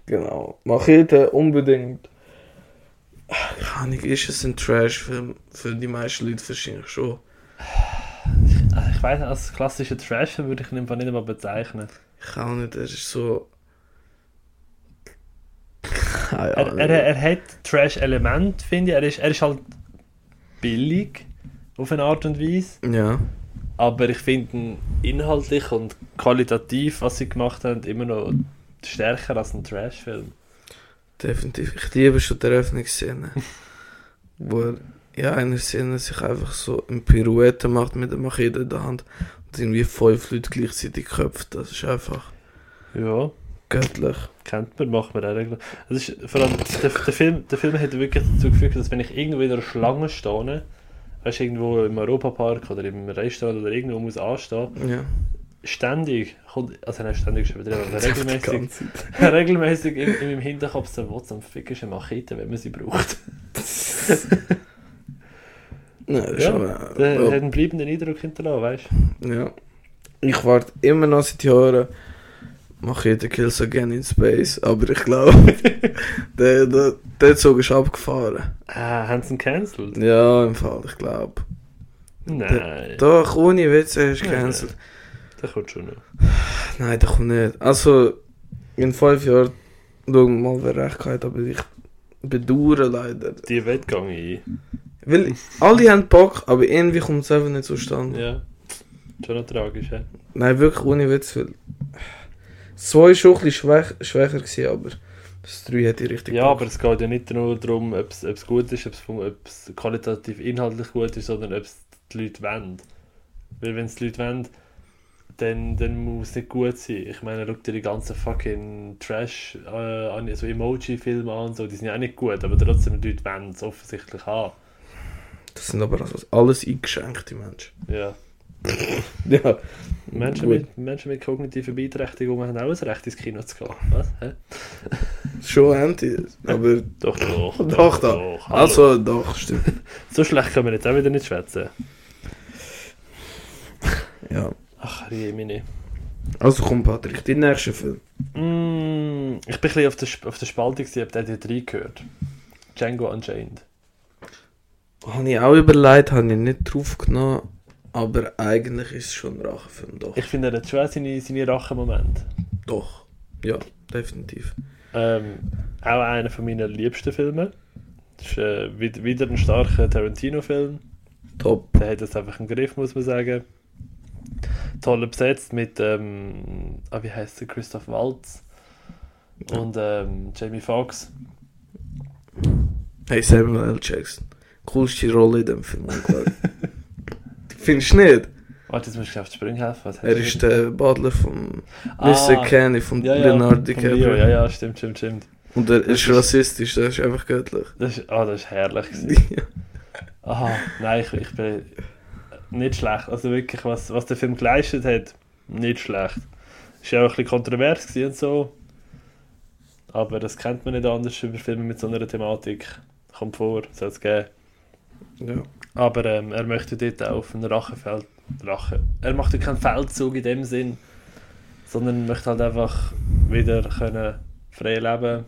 genau. Machete unbedingt. Keine Ahnung, ist es ein Trash-Film? Für die meisten Leute wahrscheinlich schon. Also, ich weiß, als klassischer Trash würde ich ihn einfach nicht einmal bezeichnen. Ich auch nicht, er ist so. Ah, ja, Er, er, er hat Trash-Element, finde ich. Er ist, er ist halt billig. Auf eine Art und Weise. ja. Aber ich finde ihn inhaltlich und qualitativ, was sie gemacht haben, immer noch stärker als ein Trash-Film. Definitiv. Ich liebe schon die Eröffnungsszene. wo er ja, eine Szene sich einfach so in Pirouette macht mit der Machete in der Hand und irgendwie fünf Leute gleichzeitig köpft. Das ist einfach Ja, göttlich. kennt man, macht man auch regelmäßig. Es ist vor allem, der, der, Film, der Film hat wirklich dazu geführt, dass wenn ich irgendwo in einer Schlange stehe, weißt du, irgendwo im Europapark oder im Restaurant oder irgendwo muss anstehen, Ja. ständig, kommt, also nicht ständig, ist übertrieben, aber Das ist die regelmäßig, ganze Zeit. regelmäßig in, in meinem Hinterkopf so, wo zum Fick ist eine Machete, wenn man sie braucht. Nein, das ist Ja, aber- Der ja. hat einen bleibenden Eindruck hinterlassen, weißt du. Ja. Ich warte immer noch seit Jahren, mache ich den Kills Again in Space, aber ich glaube, der, der, der Zug ist abgefahren. Ah, haben sie ihn cancelled? Ja, im Fall, ich glaube. Nein, Doch, ohne Witz, er ist Ja. gecancelt. das kommt schon noch. Nein, der kommt nicht. Also, in fünf Jahren schauen wir mal, wer recht hat, aber ich bedauere leider. Die Wettgang ein. Weil alle haben Bock, aber irgendwie kommt es einfach nicht zustande. Ja. Schon noch tragisch, hä? Nein, wirklich ohne Witz, weil... Das 2 war schon ein bisschen schwäch schwächer, gewesen, aber das 3 hat ich richtig Ja, aber es geht ja nicht nur darum, ob es gut ist, ob es qualitativ inhaltlich gut ist, sondern ob es die Leute wollen. Weil wenn es die Leute wollen, dann, dann muss es nicht gut sein. Ich meine, schau dir die ganzen fucking Trash, äh, an- so Emoji-Filme an und so, die sind ja auch nicht gut, aber trotzdem, die Leute wollen es offensichtlich haben. Das sind aber also alles eingeschenkte Menschen. Ja. Ja. Menschen Gut. mit, Menschen mit kognitiven Beeinträchtigungen haben auch ein Recht ins Kino zu gehen. Was? Hä? Schon Anti. Aber Doch, doch. doch, doch. doch. Also. Also, doch, stimmt. So schlecht können wir jetzt auch wieder nicht schwätzen. Ja. Ach, Riemini. Also komm, Patrick, dein nächster Film. Mm, ich bin ein bisschen auf der, Sp- auf der Spalte, gewesen, ob der dir drei gehört. Django Unchained. Habe ich auch überlegt, habe ich nicht drauf genommen. Aber eigentlich ist es schon ein Rachenfilm, doch. Ich finde, er hat schon auch seine, seine Rachemomente. Doch. Ja, definitiv. Ähm, auch einer von meinen liebsten Filme. Das ist äh, wid- wieder ein starker Tarantino-Film. Top. Der hat das einfach im Griff, muss man sagen. Toll besetzt mit, ähm, ah, wie heißt der, Christoph Waltz und ähm, Jamie Foxx. Hey, Samuel L. Jackson. Coolste Rolle in dem Film. angeschaut. Findest du nicht? Warte, jetzt muss ich auf die Sprünge helfen. Was Er hast ist du der Butler von Ah, Mr. Kenny, von ja, ja, Leonardo von DiCaprio. Leo, Ja, ja, stimmt, stimmt, stimmt. Und er ist Das ist- rassistisch, das ist einfach göttlich. Das ist, ah, das ist herrlich. gewesen. Aha, nein, ich, ich bin nicht schlecht. Also wirklich, was, was der Film geleistet hat, nicht schlecht. Ist ja auch ein bisschen kontrovers gewesen und so. Aber das kennt man nicht anders über Filme mit so einer Thematik. Kommt vor, soll es geben. ja. Aber ähm, er möchte dort auch auf einen Rachenfeld. Rache. Er macht ja keinen Feldzug in dem Sinn, sondern möchte halt einfach wieder können frei leben,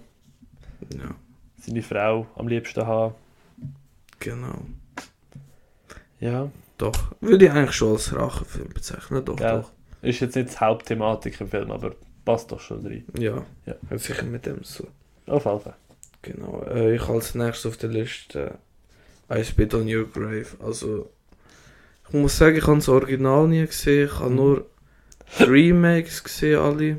ja, seine Frau am liebsten haben. genau. Ja. Doch. Würde ich eigentlich schon als Rachenfilm bezeichnen, doch, Gell. doch. Ist jetzt nicht die Hauptthematik im Film, aber passt doch schon rein. Ja. Ja. Hat sicher mit dem so. Auf jeden Fall. Genau. Äh, ich habe als nächstes auf der Liste äh, I Spit on Your Grave. Also, ich muss sagen, ich habe das Original nie gesehen. Ich habe Mhm. nur die Remakes gesehen, alle.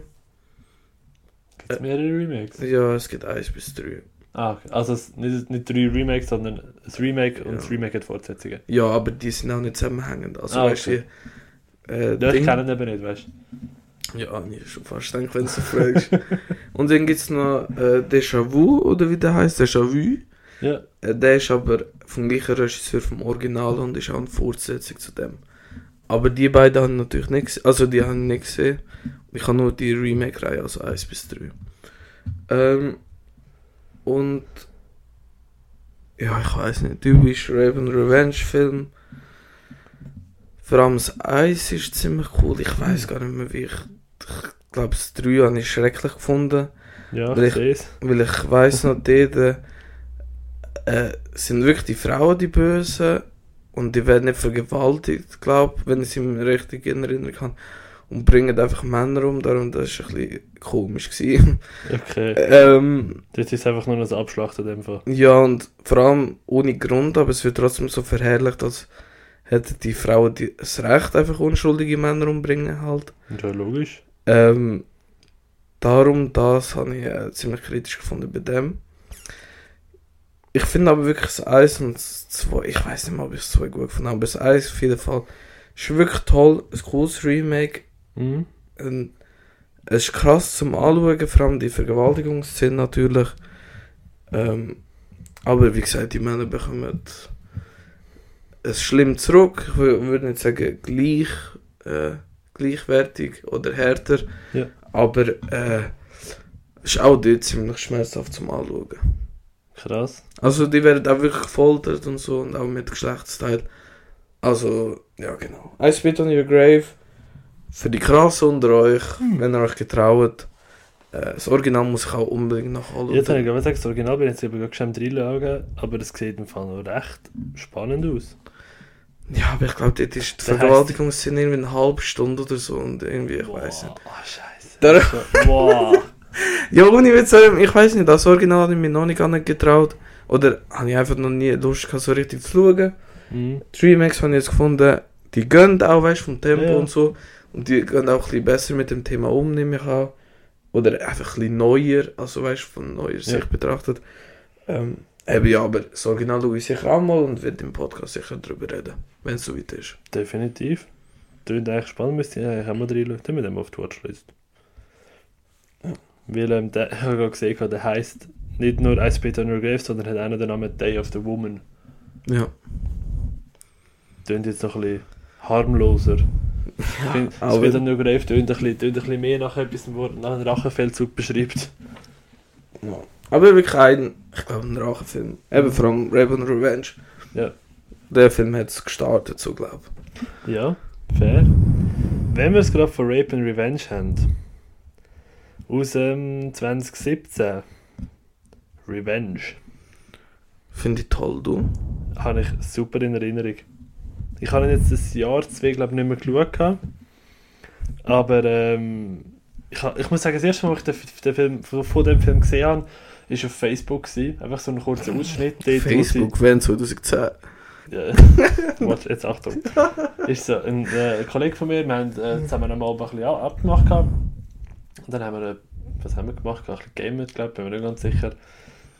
Gibt es mehrere Remakes? Ja, es gibt 1 bis 3. Ah, okay. Also es, nicht, nicht drei Remakes, sondern das Remake und Ja. das Remake hat Fortsetzungen. Ja, aber die sind auch nicht zusammenhängend. Also, Ah, weißt okay. du, die, äh, Ja, ich Ding- kenne ihn eben nicht, weißt du? Ja, ich schon fast denke, wenn du so fragst. Und dann gibt es noch äh, Déjà Vu, oder wie der heißt, Déjà Vu. Ja. Äh, der ist aber vom gleichen Regisseur vom Original und ist auch eine Fortsetzung zu dem. Aber die beiden haben natürlich nicht gesehen. Also die haben nicht gesehen. Ich habe nur die Remake-Reihe, also 1 bis 3. Ähm, und ja, ich weiß nicht, typisch Raven Revenge Film. Vor allem das 1 ist ziemlich cool. Ich weiß gar nicht mehr, wie ich. Ich glaube, das 3 habe ich schrecklich gefunden. Ja, Weil ich ich- sehe es. Weil ich weiss noch, dort äh, äh, sind wirklich die Frauen die Bösen und die werden nicht vergewaltigt, glaube wenn ich es im richtigen erinnern kann. Und bringen einfach Männer um, darum das war ein bisschen komisch. gewesen. Okay. ähm, Das ist einfach nur noch ein Abschlachten in dem Fall. ja, und vor allem ohne Grund, aber es wird trotzdem so verherrlicht, als hätten die Frauen die, das Recht, einfach unschuldige Männer umbringen halt. Ja, logisch. Ähm, darum, das habe ich äh, ziemlich kritisch gefunden bei dem. Ich finde aber wirklich das 1 und das 2, ich weiß nicht mal, ob ich das 2 gut gefunden habe, aber das 1 auf jeden Fall ist wirklich toll, ein cooles Remake. Mhm. Ähm, es ist krass zum Anschauen, vor allem die Vergewaltigungsszene natürlich. Ähm, aber wie gesagt, die Männer bekommen es schlimm zurück. Ich wür- würde nicht sagen gleich, äh, gleichwertig oder härter. Ja. Aber äh, es ist auch dort ziemlich schmerzhaft zum Anschauen. Krass. Also die werden auch wirklich gefoltert und so und auch mit Geschlechtsteil. Also, ja genau. I spit on your grave. Für die Krassen unter euch, Hm. wenn ihr euch getraut. Äh, das Original muss ich auch unbedingt nachholen. Jetzt habe ich gerade gesagt, das Original bin ich jetzt eben geschämt reinschauen, aber das sieht im Fall noch recht spannend aus. ja, aber ich glaube, dort ist die Das heisst- Vergewaltigungsszene irgendwie eine halbe Stunde oder so und irgendwie, ich weiß nicht. Ah, scheiße. Darum- Wow. Ja, ohne Witz, ähm, ich weiß nicht, das Original habe ich mir noch nicht angetraut. Oder habe ich einfach noch nie Lust gehabt, so richtig zu schauen. mhm. Die Remax habe ich jetzt gefunden, die gehen auch, weißt vom Tempo Ja, ja. und so. Und die gehen auch ein bisschen besser mit dem Thema um, nehme ich an. Oder einfach ein bisschen neuer, also weißt von neuer Sicht betrachtet. Ähm, eben ja, aber das Original schaue ich sicher auch mal und werde im Podcast sicher drüber reden, wenn es soweit ist. Definitiv. Tönt eigentlich spannend, müsste ich eigentlich auch mal reinschauen. Tun wir dem auf die Watchlist. Weil ähm, der, ich habe gerade gesehen, der heisst nicht nur I Spit on Your Grave, sondern hat auch noch den Namen Day of the Woman. Ja. Tönt jetzt noch ein bisschen harmloser. Ich finde, I aber- Spit on Your Grave tönt ein, bisschen, tönt ein bisschen mehr nach etwas, wo nach einem Rachenfeldzug beschreibt. Ja. Aber wirklich ein, ich glaube, ein Rachenfilm. Eben vor allem Raven Revenge. Ja. Der Film hat es gestartet, so glaube ich. Ja, fair. Wenn wir es gerade von Rape and Revenge haben. Aus ähm, 2017. Revenge. Finde ich toll, du. Habe ich super in Erinnerung. Ich habe ihn jetzt ein Jahr, zwei, glaube ich, nicht mehr geschaut. gehabt. Aber ähm, ich, ha- ich muss sagen, das erste Mal, als ich den, F- den Film, von von dem Film gesehen habe, war auf Facebook. Gewesen. Einfach so ein kurzer Ausschnitt. dort, wo sie- Facebook, wenn 2010. Ja. Warte, jetzt Achtung. Ist so, ein, äh, ein Kollege von mir, wir haben äh, zusammen einmal ein bisschen ab- abgemacht. Gehabt. Und dann haben wir, äh, was haben wir gemacht? Ein bisschen gamet, glaube ich, bin mir nicht ganz sicher.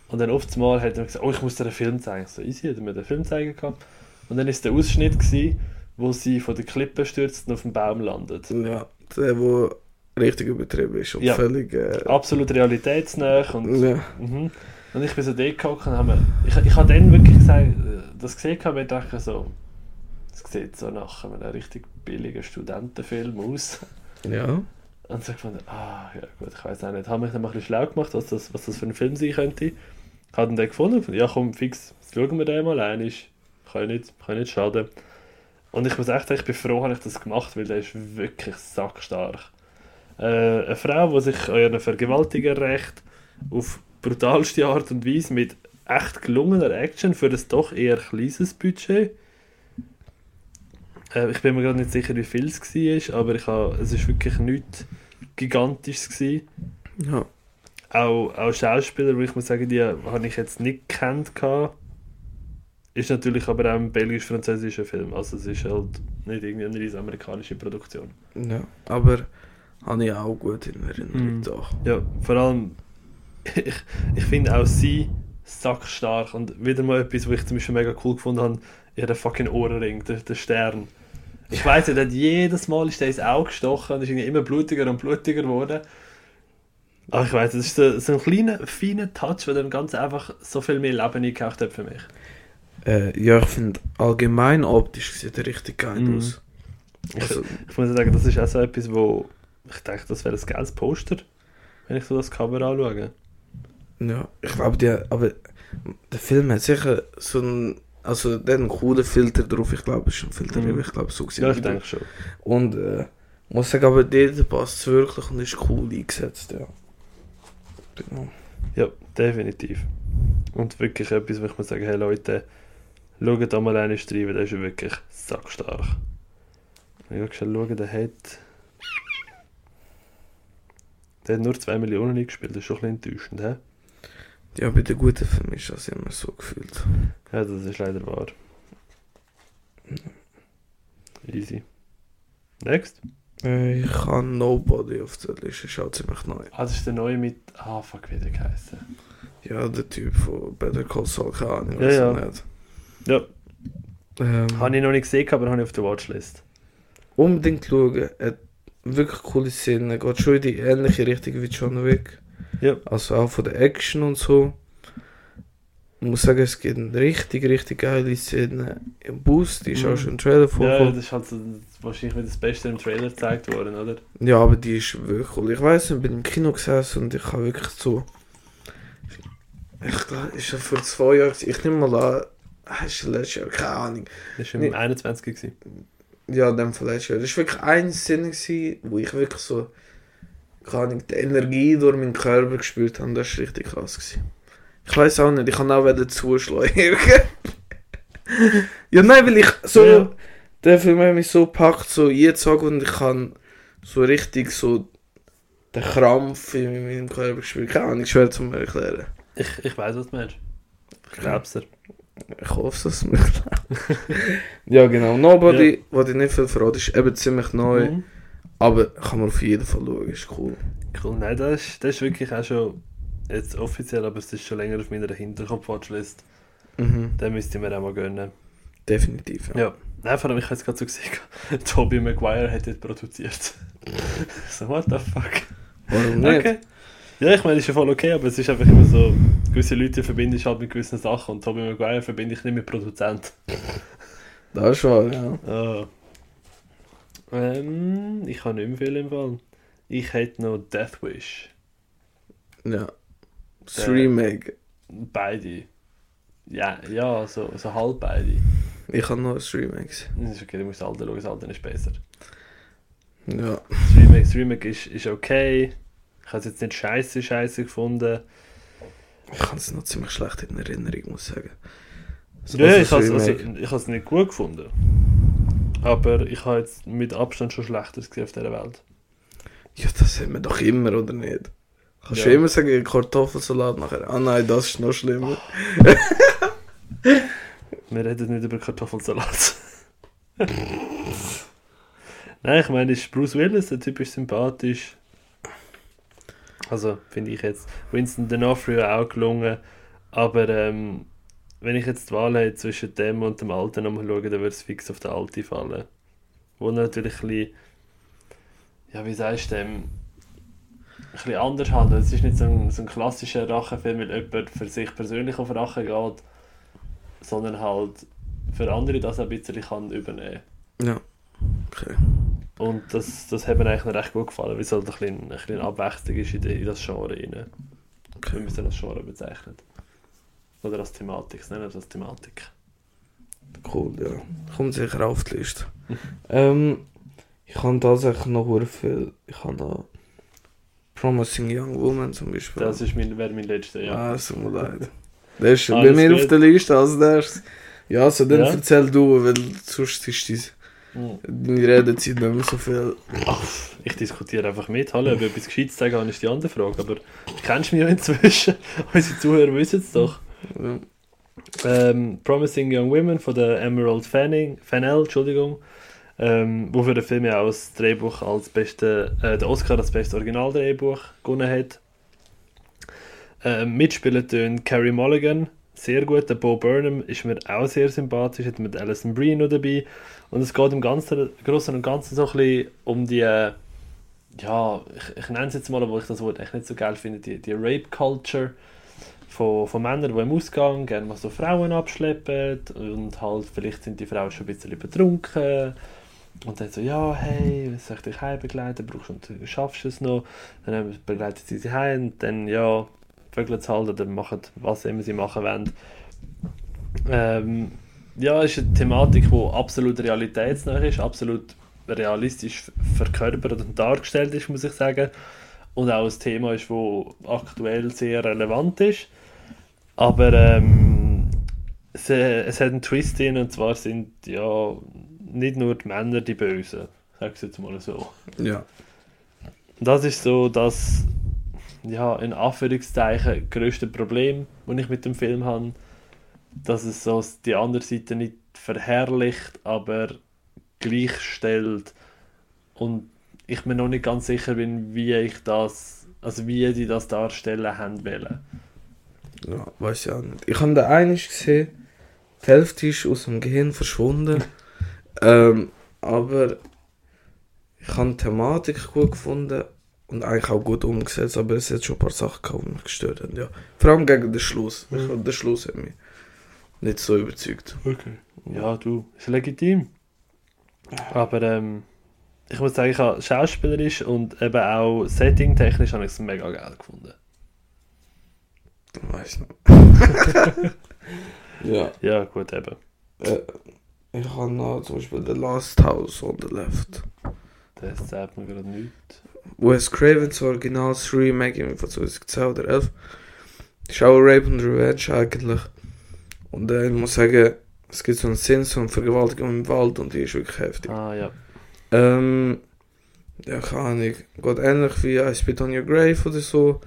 Und dann oftmals hat er mir gesagt, oh, ich muss dir einen Film zeigen. Ich So easy, hat er mir den Film zeigen gehabt. Und dann ist der Ausschnitt, gewesen, wo sie von der Klippe stürzt und auf den Baum landet. Ja. Der, wo richtig übertrieben ist und Ja. völlig. Äh, Absolut realitätsnah und ja. Mhm. Und ich bin so dort gehockt und habe ich, ich habe dann wirklich gesagt, äh, das gesehen habe, mir dachte ich so, das sieht so nach einem richtig billigen Studentenfilm aus. ja. Und so gefunden, ah, ja gut, ich weiß auch nicht. Habe mich dann mal ein bisschen schlau gemacht, was das, was das für ein Film sein könnte. Habe dann den gefunden, und ja komm, fix, jetzt schauen wir den mal ein. ist- Kann ja nicht, kann ja nicht schaden. Und ich muss echt sagen, ich bin froh, habe ich das gemacht, weil der ist wirklich sackstark. Äh, eine Frau, die sich an ihren Vergewaltiger rächt, auf brutalste Art und Weise mit echt gelungener Action für das doch eher kleines Budget. Äh, ich bin mir gerade nicht sicher, wie viel es war, aber ich habe, es ist wirklich nichts Gigantisches. Gewesen. Ja. Auch, auch Schauspieler, wo ich muss sagen, die habe ich jetzt nicht gekannt. gehabt. Ist natürlich aber auch ein belgisch-französischer Film. Also es ist halt nicht irgendeine riesen amerikanische Produktion. ja. Aber habe ich auch gut in Erinnerung. Mhm. Doch. Ja, vor allem, ich, ich finde auch sie sackstark. Und wieder mal etwas, was ich zum Beispiel mega cool gefunden habe, ihren fucking Ohrenring, der, der Stern. Ich weiss ja, der hat jedes Mal ist der ins Auge gestochen und ist irgendwie immer blutiger und blutiger geworden. Aber ich weiss, das ist so, so ein kleiner, feiner Touch, der dann ganz einfach so viel mehr Leben eingehaucht hat für mich. Äh, ja, ich finde allgemein optisch sieht er richtig geil Mhm. aus. Ich- Also, Ich muss sagen, das ist auch so etwas, wo ich denke, das wäre ein geiles Poster, wenn ich so das Cover anschaue. Ja, ich glaube, der, aber der Film hat sicher so einen, also der hat einen coolen Filter drauf. Ich glaube, es ist ein Filter, Mhm. ich glaube, so gesehen. Ja, ich denke schon. Und äh, muss sagen, aber der passt wirklich und ist cool eingesetzt, ja. Genau. Ja, definitiv. Und wirklich etwas, wo ich muss sagen, hey Leute, schaut da mal rein rein, der ist wirklich sackstark. Ich habe schnell schauen, der hat... Der hat nur 2 Millionen eingespielt, das ist schon ein bisschen enttäuschend, hä? Ja, bei den guten Filmen ist das immer so gefühlt. Ja, das ist leider wahr. Easy. Next. Äh, ich habe Nobody auf der Liste, ist auch ziemlich neu. Ah, das ist der neue mit... Ah, fuck, wie der geheissen. Ja, der Typ von Better Call Saul, keine Ahnung, Ja, weiß ja. ich nicht. Ja, Ähm, habe ich noch nicht gesehen, aber habe ich auf der Watchlist. unbedingt schauen. Hat wirklich coole Szenen. Geht schon in die ähnliche Richtung wie John Wick. Ja. Also auch von der Action und so. Ich muss sagen, es gibt eine richtig, richtig geile Szene im Bus. Die ist Mhm. auch schon im Trailer Ja, ja, vorgekommen. das ist halt so, wahrscheinlich wieder das Beste im Trailer gezeigt worden, oder? Ja, aber die ist wirklich cool. Ich weiß, ich bin im Kino gesessen und ich habe wirklich so. Ich glaube, ist ja vor zwei Jahren. gewesen. Ich nehme mal an, hast du letztes Jahr, keine Ahnung. Das war Nee. im 21. Gewesen. Ja, in dem Fall letztes Jahr. Das war wirklich eine Szene, gewesen, wo ich wirklich so, keine Ahnung, die Energie durch meinen Körper gespürt habe. Das war richtig krass. Gewesen. Ich weiß auch nicht, ich kann auch wieder zuschlagen. ja, nein, weil ich so, Ja. der Film hat mich so gepackt, so jetzt sage und ich kann so richtig so den Krampf in meinem Körper gespürt. Keine Ahnung, schwer zu erklären. Ich, ich weiß, was du meinst. Ich glaub's dir. Ich hoffe es mir. ja, genau. Nobody, was ich nicht viel verrate, ist eben ziemlich neu. Mhm. Aber kann man auf jeden Fall schauen, ist cool. Cool, nein, das ist, das ist wirklich auch schon jetzt offiziell, aber es ist schon länger auf meiner Hinterkopf-Watchlist. Mhm. Den müsste ich mir auch mal gönnen. Definitiv, ja. Ja. Nein, vor allem, ich habe es gerade so gesehen, Toby Maguire hat dort produziert. so, what the fuck? Warum nicht? Okay. Ja, ich meine, ist ja voll okay, aber es ist einfach immer so, gewisse Leute verbinde ich halt mit gewissen Sachen und Toby Maguire verbinde ich nicht mit Produzent. Das ist wahr, ja. Ah. Ähm, ich kann nicht mehr viel im Fall. Ich hätte noch Deathwish. Ja. Das Remake. Beide. Ja, ja so, so halb beide. Ich habe noch ein Remake. Das ist okay, du musst das Alter schauen, das Alter ist besser. Ja. Das Remake, das Remake ist, ist okay. Ich habe es jetzt nicht scheiße, scheiße gefunden. Ich kann es noch ziemlich schlecht in Erinnerung, muss ich sagen. Das Nö, ich habe es Remake. also, ich habe es nicht gut gefunden. Aber ich habe jetzt mit Abstand schon Schlechteres gesehen auf dieser Welt. Ja, das haben wir doch immer, oder nicht? Kannst Ja. du immer sagen, Kartoffelsalat nachher? Ah nein, das ist noch schlimmer. Wir reden nicht über Kartoffelsalat. Nein, ich meine, ist Bruce Willis, der Typ ist sympathisch. Also, finde ich jetzt. Winston D'Onofrio auch gelungen. Aber ähm, wenn ich jetzt die Wahl hätte zwischen dem und dem Alten nochmal schaue, dann würde es fix auf den Alten fallen. Wo er natürlich ein bisschen, ja, wie sagst du dem, ein bisschen anders handelt. Es ist nicht so ein, so ein klassischer Rachenfilm, weil jemand für sich persönlich auf Rache geht sondern halt für andere das ein bisschen kann übernehmen Ja. Okay. Und das, das hat mir eigentlich noch recht gut gefallen, weil es halt ein bisschen, ein bisschen Abwechslung ist in, die, in das Genre rein. Wenn okay. man es dann als Genre bezeichnet. Oder als Thematik, das nennen wir es als Thematik. Cool, ja. Kommt sicher auf die Liste. Mhm. ähm, ich habe tatsächlich noch sehr viel. Ich habe noch Promising Young Woman zum Beispiel. Das ist mein, wäre mein letzter, ja. Ah, es tut mir leid. Der ist bei Alles mir auf gut. der Liste als erstes. Ja, also dann Ja. erzähl du, weil sonst ist dies- Mhm. deine Redezeit nicht mehr so viel. Ich diskutiere einfach mit. Hallo, ob ich etwas Gescheites sagen kann, ist die andere Frage. Aber du kennst mich ja inzwischen. Unsere Zuhörer wissen es doch. Ja. ähm, Promising Young Women von der Emerald Fanning, Fennell, Entschuldigung, ähm, wo für den Film ja auch das Drehbuch als beste, äh, der Oscar als bestes Originaldrehbuch gewonnen hat. Ähm, mitspielen tun Carey Mulligan, sehr gut, der Bo Burnham ist mir auch sehr sympathisch, hat mit Alison Brie noch dabei und es geht im Ganzen, Großen und Ganzen so ein bisschen um die äh, ja, ich, ich nenne es jetzt mal, obwohl ich das Wort echt nicht so geil finde, die, die Rape Culture von, von Männern, die im Ausgang gerne mal so Frauen abschleppen und halt vielleicht sind die Frauen schon ein bisschen betrunken und dann so, ja, hey, soll ich dich heim begleiten, brauchst du schaffst du es noch? Dann haben- begleiten sie sie heim und dann, ja, vögeln sie halt oder machen, was immer sie machen wollen. Ähm, ja, ist eine Thematik, die absolut realitätsnah ist, absolut realistisch verkörpert und dargestellt ist, muss ich sagen. Und auch ein Thema ist, wo aktuell sehr relevant ist. Aber ähm, es, äh, es hat einen Twist drin, und zwar sind ja nicht nur die Männer die Bösen. Sag es jetzt mal so. Ja. Das ist so das, ja, in Anführungszeichen, größte Problem, das ich mit dem Film habe. Dass es so die andere Seite nicht verherrlicht, aber gleichstellt. Und ich mir noch nicht ganz sicher bin, wie ich das, also wie die das darstellen haben wollen. Ja, weiß ja nicht. Ich habe den einen gesehen, die Hälfte ist aus dem Gehirn verschwunden. ähm, aber ich habe die Thematik gut gefunden und eigentlich auch gut umgesetzt, aber es hat schon ein paar Sachen gehabt, die mich gestört haben. Ja. Vor allem gegen den Schluss. Ich glaube, der Schluss hat mich nicht so überzeugt. Okay. Ja, du, ist legitim. Aber ähm, ich muss sagen, ich habe schauspielerisch und eben auch settingtechnisch habe ich es mega geil gefunden. Weiß nicht. ja. Ja, gut, eben. Äh, ich habe noch zum Beispiel The Last House on the Left. Das sagt mir gerade nichts. Wes Cravens Original 3 Remake irgendwie von 2010 oder 11. Ist auch Rape und Revenge eigentlich. Und äh, ich muss sagen, es gibt so einen Sinn, so eine Vergewaltigung im Wald und die ist wirklich heftig. Ah, ja. Ähm, ja, keine Ahnung. Geht ähnlich wie I Spit on Your Grave oder so.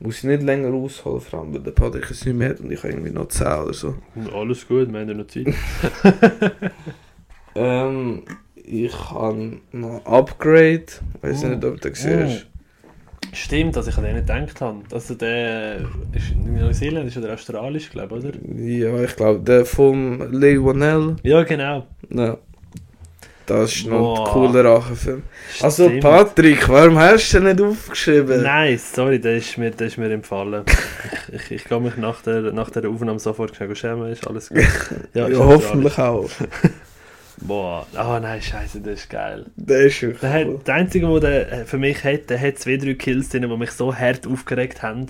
Muss ich nicht länger ausholen, vor allem weil der Patrick es nicht mehr hat und ich habe irgendwie noch 10 oder so. Und Alles gut, wir haben ja noch Zeit. Ähm, ich habe noch Upgrade. Weiß Oh. nicht, ob du das siehst. Stimmt, dass ich an den gedacht habe. Also der ist in Neuseeland ist oder australisch, glaube ich, oder? Ja, ich glaube, der vom Leonel. Ja, genau. Ja. Das ist noch Boah. ein cooler Rachenfilm. Also Stimmt. Patrick, warum hast du den nicht aufgeschrieben? Nein, sorry, der ist mir, der ist mir empfallen. ich, ich, ich kann mich nach der, nach der Aufnahme sofort schnell schämen, ist alles gut. Ja, ist australisch. hoffentlich auch. Boah, ah nein, scheiße, der ist geil. Der ist wirklich Der, cool. hat, der äh, einzige, der für mich hat, der hat zwei, drei Kills drin, die mich so hart aufgeregt haben,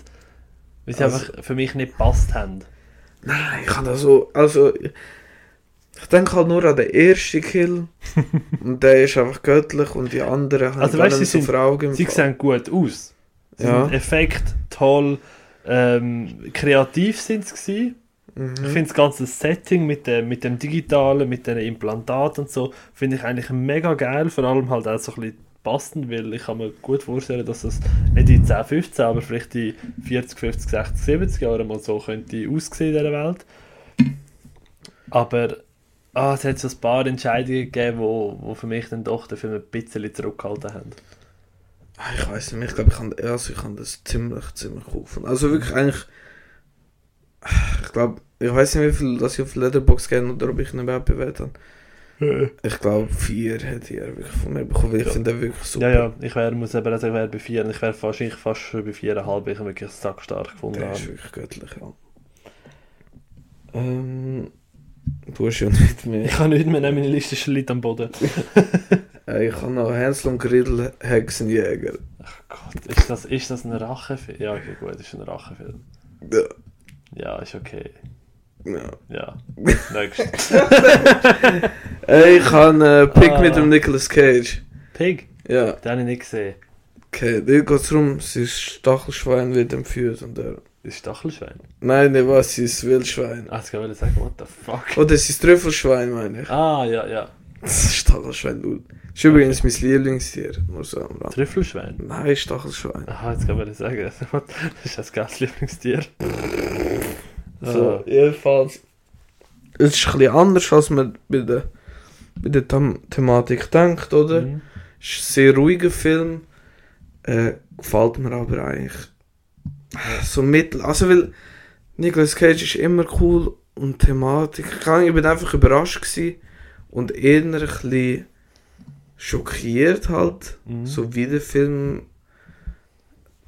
Weil sie Also- einfach für mich nicht gepasst haben. Nein, ich kann da so. Also. Ich denke halt nur an den ersten Kill. und der ist einfach göttlich und die anderen haben Also, gar weißt du, nicht sie so vor Augen. im Sie Fall. sehen gut aus. Sie Ja. sind Effekt, toll, ähm, kreativ sind sie gewesen. Ich Mhm. finde das ganze Setting mit dem, mit dem Digitalen, mit den Implantaten und so, finde ich eigentlich mega geil, vor allem halt auch so ein bisschen passend, weil ich kann mir gut vorstellen, dass es nicht in 10, 15, aber vielleicht in 40, 50, 60, 70 Jahren mal so könnte aussehen in dieser Welt. Aber ah, es hat so ein paar Entscheidungen gegeben, wo, wo für mich dann doch den Film ein bisschen zurückgehalten haben. Ah, Ich weiß nicht, ich glaube, ich kann, also ich kann das ziemlich, ziemlich kaufen. Also Mhm. wirklich eigentlich. Ich glaube, ich weiß nicht, wie viel dass ich auf Letterbox gerne oder ob ich ihn überhaupt bewertet habe. Ich glaube, vier hätte er wirklich von mir bekommen, weil ich Ja. finde den wirklich super. Ja, ja, ich wär, muss eben also ich wär bei 4, ich wäre wahrscheinlich fast schon bei 4,5, weil ich ihn wirklich sackstark gefunden Der habe. ist wirklich göttlich, ja. Ähm, du hast ja nicht mehr. Ich kann nicht mehr nehmen, meine Liste ist Leute am Boden. Äh, ich habe noch Hänsel und Gretel Hexenjäger. Ach Gott, ist das, ist das ein Rachefilm? Ja, okay, gut, ist ein Rachefilm. Ja. Ja, ist okay. ja. Ja, next. Äh, ich habe äh, Pick Ah. mit dem Nicolas Cage. Pig, Ja, den habe ich nicht gesehen. okay. Da geht es darum, sein Stachelschwein wird entführt. Und er... Das ist Stachelschwein. Nein, nicht was, sein Wildschwein. Ah, jetzt kann ich sagen, what the fuck. Oder sein Trüffelschwein, meine ich. Ah, ja, ja. Stachelschwein, du. Ist übrigens mein Lieblingstier. Nur so am Rand. Trüffelschwein. Nein, Stachelschwein. Aha, jetzt kann ich sagen, das ist das Ah, Gastlieblingstier. So, jedenfalls. Es ist ein bisschen anders, als man bei der, bei der Tam- Thematik denkt, oder? Mhm. Es ist ein sehr ruhiger Film. Äh, gefällt mir aber eigentlich. So mittel. Also, weil Nicolas Cage ist immer cool und Thematik. Keine Ahnung, Ich bin einfach überrascht gewesen und eher ein bisschen schockiert halt. Mhm. So wie der Film,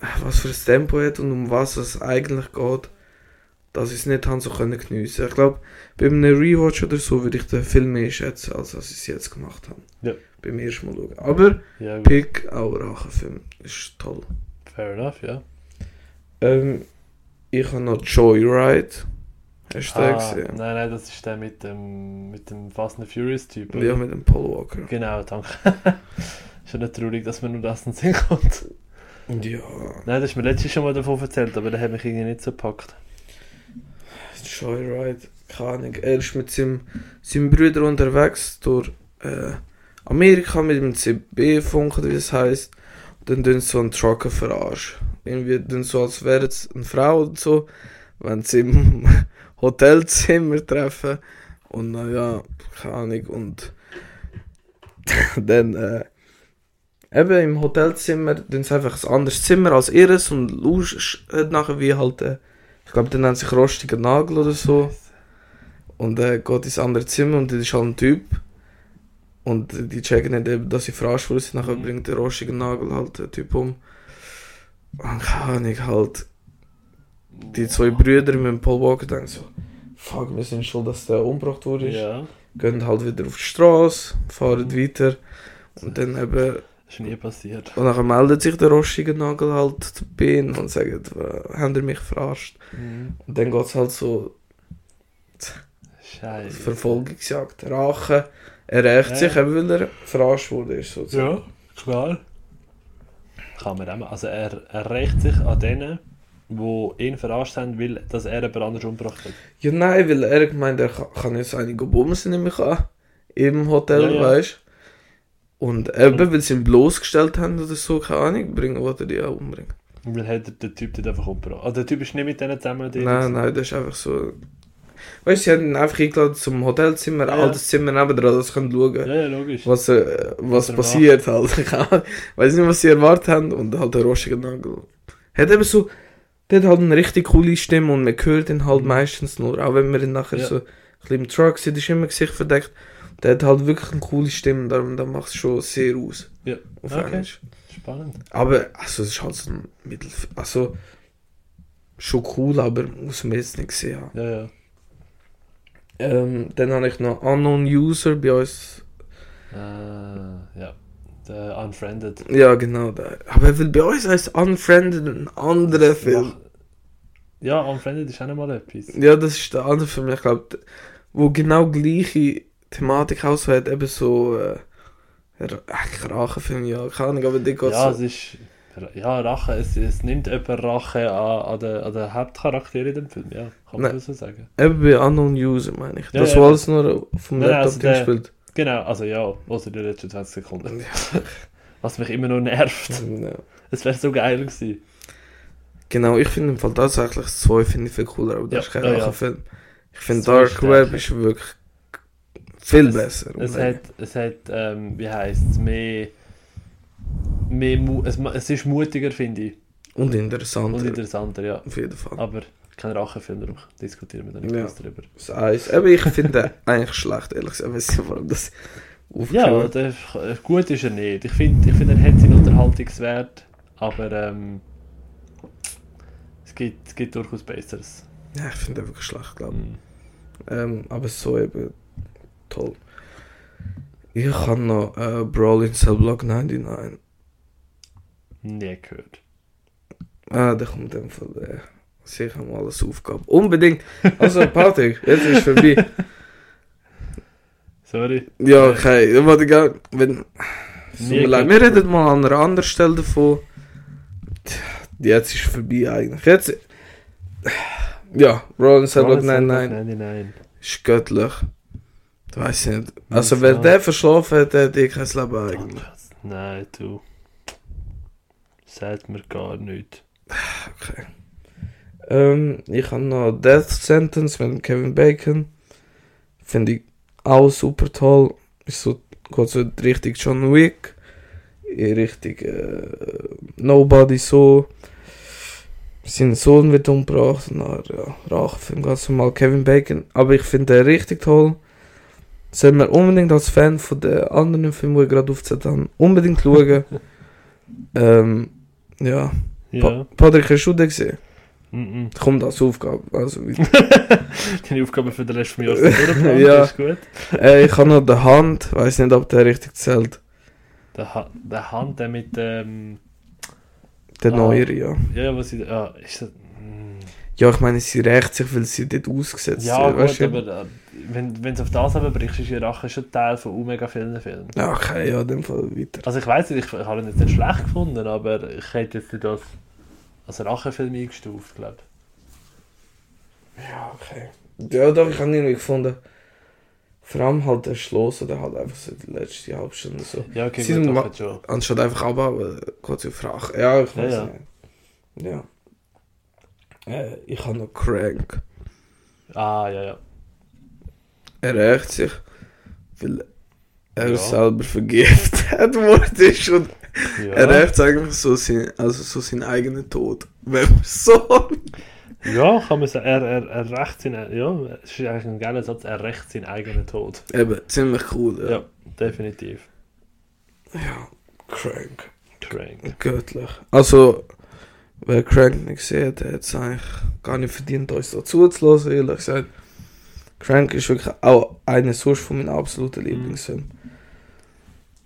äh, was für ein Tempo hat und um was es eigentlich geht, dass ich es nicht haben so können geniessen. Ich glaube, bei einem Rewatch oder so würde ich den Film mehr schätzen, als dass ich es jetzt gemacht habe. Ja. Beim ersten Mal schauen. Aber Ja, gut, Pick, auch ein Rachenfilm, ist toll. fair enough, ja. Ähm, ich habe noch Joyride. Hast du den gesehen? Ah, Nein, nein, das ist der mit dem, mit dem Fast and Furious Typ. Ja, mit dem Paul Walker. Genau, danke. ist ja nicht traurig, dass man nur das in den Sinn kommt. Ja, Nein, das ist mir letztes schon mal davon erzählt, aber der hat mich irgendwie nicht so gepackt. Joyride, keine Ahnung. Er ist mit seinem, seinem Bruder unterwegs durch äh, Amerika mit dem CB-Funk, oder wie es heisst. Dann tun sie so einen Trucker verarschen. Irgendwie tun sie so, als wäre es eine Frau oder so, wenn sie im Hotelzimmer treffen. Und naja, keine Ahnung. Und dann, äh, eben im Hotelzimmer, tun sie einfach ein anderes Zimmer als ihres und lauschen nachher wie halt, äh, ich glaube, dann nennt sich rostiger Nagel oder so. Und er geht ins andere Zimmer und das ist halt ein Typ. Und die checken nicht, eben, dass sie verarschen worden sind. Nachher Mhm. bringt der rostige Nagel halt den Typ um. Und keine Ahnung, halt. Die zwei Brüder mit dem Paul Walker denken so: Fuck, wir sind schon, dass der umgebracht wurde. Ja, Gehen halt wieder auf die Straße, fahren weiter. Und dann eben. ist nie passiert. Und dann meldet sich der rostige Nagel halt bei ihnen und sagt: äh, Habt ihr mich verarscht? Mhm. Und dann geht es halt so Scheiße. Verfolgungsjagd, Rache. Er rächt Ja. sich, eben, weil er verarscht wurde. Ist sozusagen. Ja, klar. Kann man auch. Also er, er rächt sich an denen, die ihn verarscht haben, weil dass er jemand anders umgebracht hat. Ja. nein, weil er gemeint, er kann, kann jetzt einige Bumsen nämlich an. Im Hotel, Ja, ja. weißt du? Und eben, weil sie ihn bloßgestellt haben oder so, keine Ahnung, bringen, wo er die auch umbringt. Und dann hat er den Typ dort einfach umgebracht. Also der Typ ist nicht mit denen zusammen. die- Nein, nein, das ist einfach so. Weißt du, sie haben ihn einfach eingeladen zum Hotelzimmer, Ja. altes Zimmer nebenan, dass sie können schauen Ja, ja, logisch. was, äh, was er passiert halt. Ich weiß nicht, was sie erwartet haben und halt der rostige Nagel. Hat eben so, der hat halt eine richtig coole Stimme und man hört ihn halt meistens nur, auch wenn man ihn nachher Mhm. Ja. so ein bisschen im Truck sieht, ist immer Gesicht verdeckt. Der hat halt wirklich eine coole Stimme, darum da macht es schon sehr aus. Ja. Auf Okay. Englisch. Spannend. Aber, also, es ist halt so ein Mittel, also, schon cool, aber muss man jetzt nicht gesehen haben. Ja, ja. Ähm, dann habe ich noch Unknown User bei uns Ah, ja. Der Unfriended. Ja, genau. Da. Aber weil bei uns heißt Unfriended ein anderer Das Film. macht- Ja, Unfriended ist auch noch mal etwas. Ja, das ist der andere Film, ich glaube, wo genau gleiche Thematik auswählt, eben so äh, Ra- ach, Rachenfilm, ja, keine Ahnung, aber die geht Ja, ja, es so. ist. Ja, Rache. Es, es nimmt jemand Rache an, an den an den Hauptcharakter in dem Film, ja. Kann man Nein. das so sagen. Eben bei Unknown User, meine ich. Ja, das, ja, wo ja. alles nur vom Nein, Laptop also Ding der- spielt. Genau, also ja, außer die letzten 20 Sekunden. Was mich immer noch nervt. Ja. Es wäre so geil gewesen. Genau, ich finde im Fall tatsächlich das 2 finde ich viel cooler, aber das Ja, ist kein ja, ja. Rachenfilm. Ich finde Zwei Dark Web Sterne. ist wirklich viel besser. Es hat, es hat ähm, wie heisst es, mehr. mehr Mu es, ma- es ist mutiger, finde ich. und Und interessanter, interessanter, ja. auf jeden Fall. Aber kein Rachenfilm, darum diskutieren wir da nicht Ja. groß drüber. Das Eis. Aber ich finde den eigentlich schlecht, ehrlich gesagt. Ich weiß nicht, warum das Ja, aufgehört der, äh, gut ist er nicht. Ich finde, ich find, er hat seinen Unterhaltungswert, aber ähm, es, gibt, es gibt durchaus Besseres. Ja, ich finde den wirklich schlecht, glaube Ähm, ich. Ähm, aber so eben toll. Ich habe noch äh, Brawl in Cellblock 99. nie gehört. Ah, der kommt dann von der sicher mal als Aufgabe. Unbedingt. Also, Patrick, jetzt ist vorbei. Sorry. Ja, okay. Warte, gell. Wenn... Es tut mir Nee, leid. gut. Wir reden mal an einer anderen Stelle davon. Tja, Jetzt ist vorbei eigentlich. Jetzt... Ja, Rolling Cellblock Alles in 99. Ordnung, nein, nein. ist göttlich. Ich weiß nicht. Also, Ja. wer der verschlafen hat, der hat eh kein Leben Nein, eigentlich. Krass. nein, du. Sagt mir gar nichts. Okay. Ähm, ich habe noch Death Sentence mit Kevin Bacon. Finde ich auch super toll. Ist so, geht so in die Richtung John Wick. In Richtung äh, Nobody so. Sein Sohn wird umgebracht. Na ja, Rachefilm ganz normal. Kevin Bacon. Aber ich finde den richtig toll. Sollen wir unbedingt als Fan von den anderen Filmen, die ich gerade aufgezählt habe, unbedingt schauen. ähm, ja. Ja. Pa Patrick, hast du den gesehen? Mm -mm. Kommt als Aufgabe. Also, wie- Deine Aufgabe für den Rest des Jahres ist durchgeplant, Ja. ist gut. äh, ich habe noch die Hand, weiß nicht, ob der richtig zählt. Der, ha der Hand, der mit ähm, Der Ah. neuere, ja. Ja, was ich. Ja, ist das, mm. Ja, ich meine, sie rächt sich, weil sie dort ausgesetzt Ja, sind, weißt gut, du? aber äh, wenn wenn du auf das überbrichst, ist ja Rache schon Teil von auch mega vielen Filmen. Ja, okay, ja, in dem Fall weiter. Also ich weiß nicht, ich, ich habe ihn jetzt nicht schlecht gefunden, aber ich hätte jetzt nicht das als Rachefilm eingestuft, glaube Ja, okay. Ja, doch, ich habe ihn irgendwie gefunden. Vor allem halt der Schloss oder halt einfach so die letzte halbe Stunde so. ich. Ja, okay, Sie gut, sind doch ma- jetzt schon. Anstatt einfach abhauen, kurz auf Frage. Ja, ich Ja, weiß ja. nicht. Ja. Äh, ich habe noch Crank. Ah, ja, ja. Er rächt sich, weil er Ja. selber vergiftet worden ist und Ja, er rächt eigentlich so sein, also so seinen eigenen Tod. Wenn man so. ja kann man sagen, er, er, er rächt seinen, ja, es ist eigentlich ein geiler Satz, er rächt seinen eigenen Tod. Eben, ziemlich cool. Ja, Ja. definitiv. ja. Crank. Crank. Göttlich. Also, wer Crank nicht sieht, der hat es eigentlich gar nicht verdient, uns da zuzulassen, ehrlich gesagt. Crank ist wirklich auch einer sonst von meinen absoluten Lieblingsfilmen.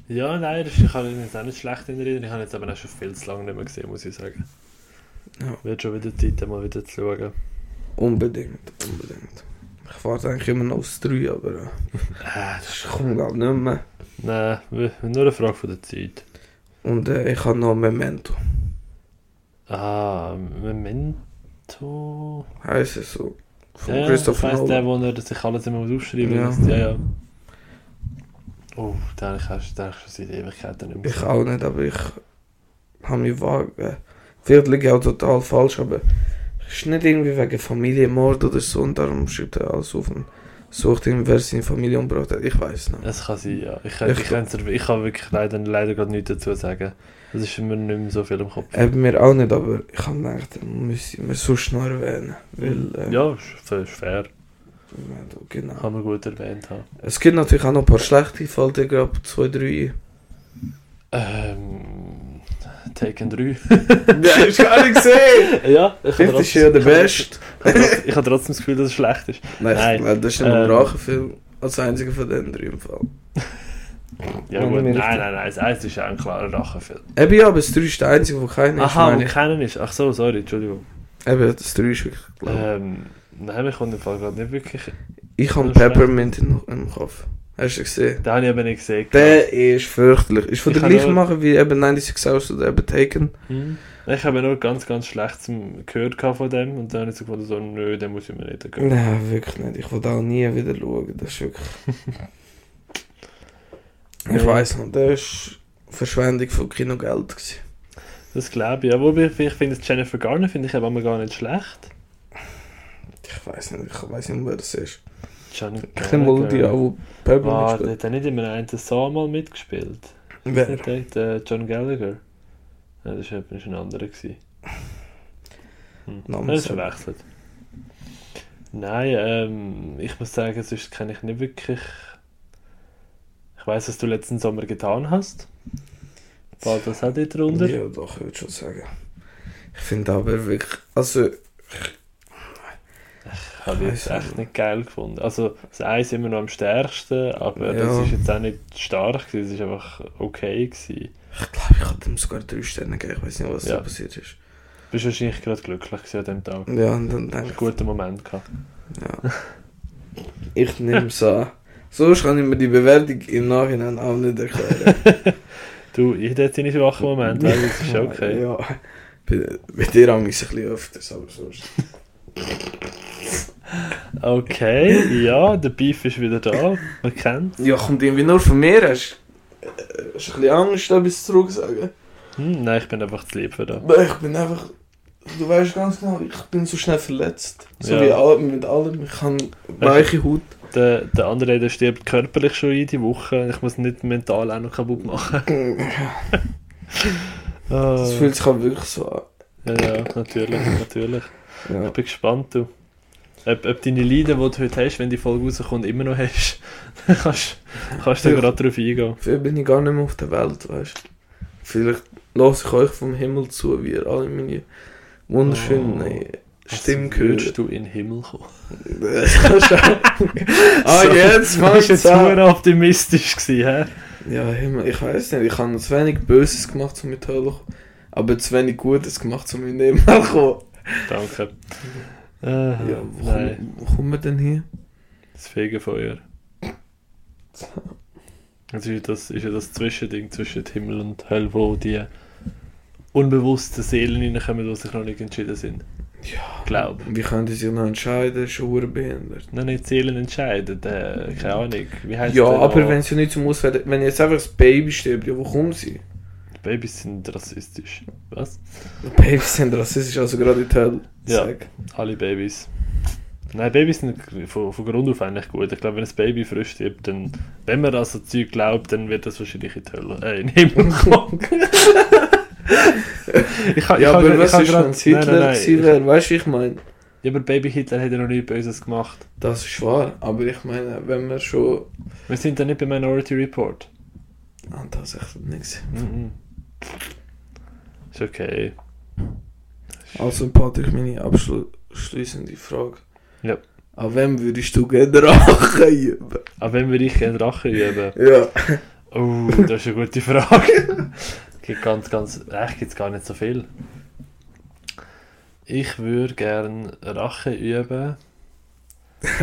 Ja, nein, das- ich habe ihn jetzt auch nicht schlecht in Erinnerung, ich habe ihn jetzt aber auch schon viel zu lange nicht mehr gesehen, muss ich sagen. Ja. Wird schon wieder Zeit, mal wieder zu schauen. Unbedingt, unbedingt. Ich warte eigentlich immer noch aufs 3, aber äh, Äh, das kommt gar nicht mehr. Nein, w- nur eine Frage von der Zeit. Und äh, ich habe noch Memento. Ah, Memento. Heißt es so. Von Ja, ich Christopher weiss, der, Nolan. wo er sich alles immer muss aufschreiben Ja. muss. Ja, ja. Oh, den habe ich erst- den habe ich schon seit Ewigkeiten nicht mehr Ich gesehen. auch nicht, aber ich habe mich wagen. Vielleicht liege ich auch total falsch, aber es ist nicht irgendwie wegen Familienmord oder so und darum schreibt er alles auf und sucht ihn, wer seine Familie umgebracht hat. Ich weiß nicht. Es kann sein, ja. Ich, Ich- ich, ich, kann es- ich kann wirklich leider, leider gerade nichts dazu sagen. Es ist mir nicht mehr so viel im Kopf. Eben mir auch nicht, aber ich habe gedacht, den müssen wir sonst noch erwähnen. Weil, äh, ja, ist ist fair. Memento, Genau. Kann man gut erwähnt haben. Es gibt natürlich auch noch ein paar schlechte, fällt dir gerade zwei, drei ein. Ähm. Taken 3. Ja, ich gar nicht gesehen! ja, ich Fifth ist ja der Beste. Ich habe trotzdem- ich habe trotzdem das Gefühl, dass es schlecht ist. Nein, Nein, Nein. das ist nicht ein ähm, Rachenfilm. Als einziger von den drei im Fall. Ja, Wenn gut. ich mir Nein, richtig- nein, nein. Das Eis ist ja ein klarer Rachenfilm. Eben ja, aber das drei ist der einzige, der keinen ist, Aha, meine wo ich. keiner ist. Ach so, sorry, Entschuldigung. Eben, das 3 ist wirklich, glaub ich. Ähm, nein, mir kommt im Fall gerade nicht wirklich. Ich habe das ist Peppermint in, im Kopf. Hast du gesehen? Den habe ich aber nicht gesehen. Der ist fürchterlich. Ist von Ich der kann gleichen nur- Mache wie eben 96 South oder eben Taken. Hm. Ich habe nur ganz, ganz schlecht gehört gehabt von dem und dann habe ich so gefunden, so, nö, den muss ich mir nicht hören. Nein, wirklich nicht. Ich will da auch nie wieder schauen. Das ist wirklich. ich Ja. weiß nicht, das ist Verschwendung von Kinogeld. gewesen. Das glaube ich. Ja, wobei ich, ich finde, Jennifer Garner finde ich eben immer gar nicht schlecht. Ich weiß nicht, ich weiß nicht, wer das ist. Jennifer Ich nehme mal die an, wo Peppermint Ah, der spielt. hat er nicht in einem einen Song mal mitgespielt. Wer? Der, der äh, John Gallagher. Ja, das war ist ein anderer. Gewesen. Hm. Name Das ist sagt- verwechselt. Nein, ähm, ich muss sagen, sonst kenne ich nicht wirklich. Ich weiß, was du letzten Sommer getan hast. Fällt das auch dort runter? Ja, doch, ich würde schon sagen. Ich finde aber wirklich. Also, Habe ich jetzt Weiss echt nicht geil gefunden. Also, das Eis immer noch am stärksten, aber das Ja. ist jetzt auch nicht stark gewesen, es war einfach okay gewesen. ich glaube, ich hatte ihm sogar drei Sterne gegeben. Ich weiß nicht, was Ja. da passiert ist. Du bist wahrscheinlich gerade glücklich gewesen an dem Tag. Ja, und dann denke Einen guten Moment gehabt. Ja. Ich nehme es an. Sonst kann ich mir die Bewertung im Nachhinein auch nicht erklären. Du, jeder hat seine schwachen Momente, also das ist okay. Ja. Bei, bei dir haben wir es ein bisschen öfters, aber sonst. Okay, ja, der Beef ist wieder da, man kennt. Ja, kommt irgendwie nur von mir. Hast du ein bisschen Angst, etwas zurückzusagen? Hm, nein, ich bin einfach zu lieb für das. Nein, ich bin einfach. Du weißt ganz genau, ich bin so schnell verletzt. So Ja. wie all, mit allem. Ich habe weiche Haut. Der, der andere, der stirbt körperlich schon jede Woche. Ich muss nicht mental auch noch kaputt machen. Das Ah, fühlt sich halt wirklich so an. ja, ja, natürlich, natürlich. Ja. Ich bin gespannt, du. Ob, ob deine Leiden, die du heute hast, wenn die Folge rauskommt, immer noch hast, dann kannst, kannst du Ja. gerade drauf eingehen. Vielleicht bin ich gar nicht mehr auf der Welt, weißt du. Vielleicht lasse ich euch vom Himmel zu, wie ihr alle meine wunderschönen Oh. äh, Stimmen Als hört. würdest du in den Himmel kommen. ah, jetzt Das machst war jetzt du an. sehr optimistisch, gewesen, hä? Ja, Himmel, ich weiß nicht, ich habe zu wenig Böses gemacht, um in die Hölle zu kommen. Aber zu wenig Gutes gemacht, um in den Himmel zu kommen. Danke. Äh, Ja, wo, nein, komm, wo kommen wir denn hier? das Fegefeuer. Das ist, ja das ist ja das Zwischending zwischen Himmel und Hölle, wo die unbewussten Seelen reinkommen, die sich noch nicht entschieden sind. Ja. Glaub. Wie können die sich noch entscheiden? Das ist schon verdammt behindert. Noch nicht Seelen entscheiden, äh, keine Ahnung. Wie heißt Ja, der aber noch? wenn sie nicht zum Auswählen... Wenn jetzt einfach das Baby stirbt, ja, wo kommen sie? Babys sind rassistisch. Was? Babys sind rassistisch, also gerade in die Hölle. Ja. Sag. Alle Babys. Nein, Babys sind von, von Grund auf eigentlich gut. Ich glaube, wenn ein Baby frisch stirbt, dann, wenn man an so Zeug glaubt, dann wird das wahrscheinlich in die Hölle, äh, in den Himmel kommen. ich, ha- Ja, ich ne, ha- aber ich was ha ist, grad- wenn es Hitler nein, nein, gewesen nein. wäre? Weißt du, ich meine, Ja, aber Baby Hitler hat ja noch nichts Böses gemacht. das ist wahr, aber ich meine, wenn wir schon. Wir sind ja nicht bei Minority Report. Ah, das ist echt nichts. Mhm. Ist okay. Also, Patrick, meine abschließende Frage. Ja. An wem würdest du gerne Rache üben? Aber wenn wir dich gerne Rache üben. Ja. Oh, das ist eine gute Frage. gibt ganz, ganz, echt gibt's gar nicht so viel. Ich würde gerne Rache üben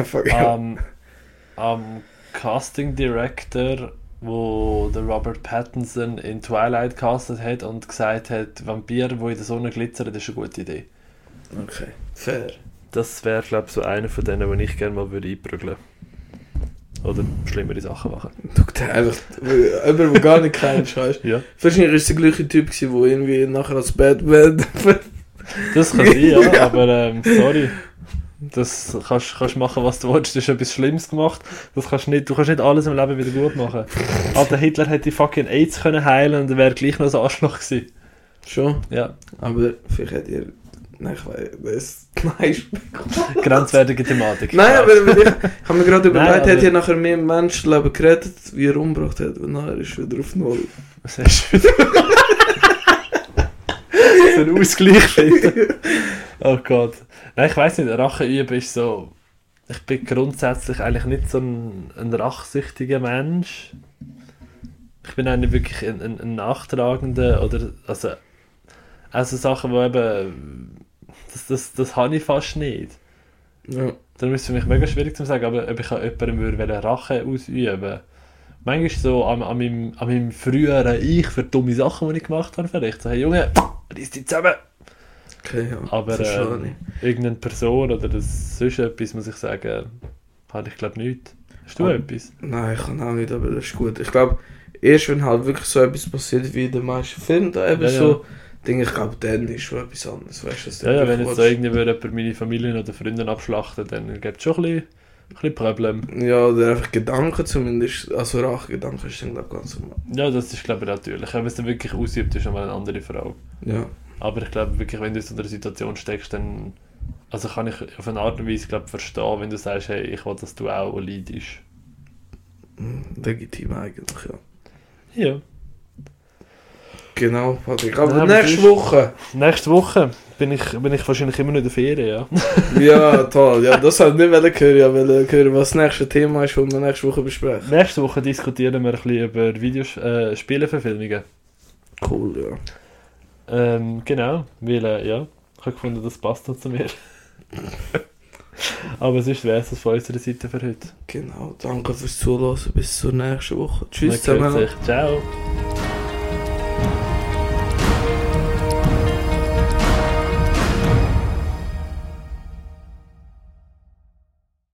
Fuck ja. am, am Casting Director, wo der Robert Pattinson in Twilight castet hat und gesagt hat, Vampire, wo in der Sonne glitzern, das ist eine gute Idee. Okay. Fair. Das wäre, glaube ich, so einer von denen, die ich gerne mal würde einprügeln würde. Oder schlimmere Sachen machen. Du einfach, jemand, den du gar nicht kennst, weißt du? Ja, Wahrscheinlich ist der gleiche Typ, gewesen, der irgendwie nachher als Batman. das kann sein, ja, Ja. aber ähm, sorry. Das kannst kannst machen, was du willst. Du hast etwas Schlimmes gemacht. Das kannst nicht, du kannst nicht alles im Leben wieder gut machen. Alter, Hitler hätte die fucking AIDS können heilen und er wäre gleich noch ein Arschloch gewesen. schon, Ja, aber vielleicht hat ihr. Nein, ich weiß. Das nein, Spaß. grenzwertige Thematik. Oh Nein, aber ich, ich habe mir gerade Nein, überlegt, aber- hat hier nachher mehr Menschenleben gerettet, wie er umgebracht hat. Und nachher ist wieder auf Null. Das ist wieder... so einen Ausgleich finden. Oh Gott. Nein, ich weiß nicht, Rache üben ist so... Ich bin grundsätzlich eigentlich nicht so ein, ein rachsüchtiger Mensch. Ich bin auch nicht wirklich ein, ein, ein Nachtragender oder... Also, also Sachen, die eben... Das, das, das habe ich fast nicht. Ja. Darum ist es für mich mega schwierig zu sagen, aber ob ich an jemandem würde Rache ausüben würde. Manchmal so an, an, meinem, an meinem früheren Ich für dumme Sachen, die ich gemacht habe, vielleicht. So, hey Junge, reiss dich zusammen! Okay, ja. Aber Verstehe ähm, irgendeine Person oder das sonst etwas, muss ich sagen, habe ich glaube nicht. Hast du Ah. etwas? Nein, ich kann auch nicht, aber das ist gut. Ich glaube, erst wenn halt wirklich so etwas passiert wie in den meisten Filmen, da eben Ja, ja. so, denke ich, glaube, dann ist schon etwas anderes. Weißt du, dass Ja, du ja, wenn jetzt wirklich so irgendwie würde jemand meine Familie oder Freunde abschlachten, dann gibt es schon ein bisschen, ein bisschen Probleme. willst. Ja, oder einfach Gedanken zumindest. Also Rachgedanken ist dann, glaube ich, ganz normal. Ja, das ist glaube ich natürlich. Wenn es dann wirklich ausübt, ist nochmal eine andere Frage. Ja. Aber ich glaube wirklich, wenn du in so einer Situation steckst, dann also kann ich auf eine Art und Weise glaub, verstehen, wenn du sagst, hey, ich will, dass du auch leidest. Hm, Legitim eigentlich, ja. Ja. Genau, Patrick. Aber Ja, aber nächste sonst- Woche. Nächste Woche bin ich, bin ich wahrscheinlich immer noch in der Ferien, ja. ja, toll. Ja, das wollte ich nicht hören. Ich wollte hören, äh, was das nächste Thema ist, das wir nächste Woche besprechen. Nächste Woche diskutieren wir ein bisschen über Videos, äh, Spieleverfilmungen. Cool, ja. Ähm, genau, weil, äh, ja, ich habe gefunden, das passt noch zu mir. Aber sonst wäre es von unserer Seite für heute. Genau. Danke fürs Zuhören. Bis zur nächsten Woche. Tschüss Man zusammen. hört sich. Ciao.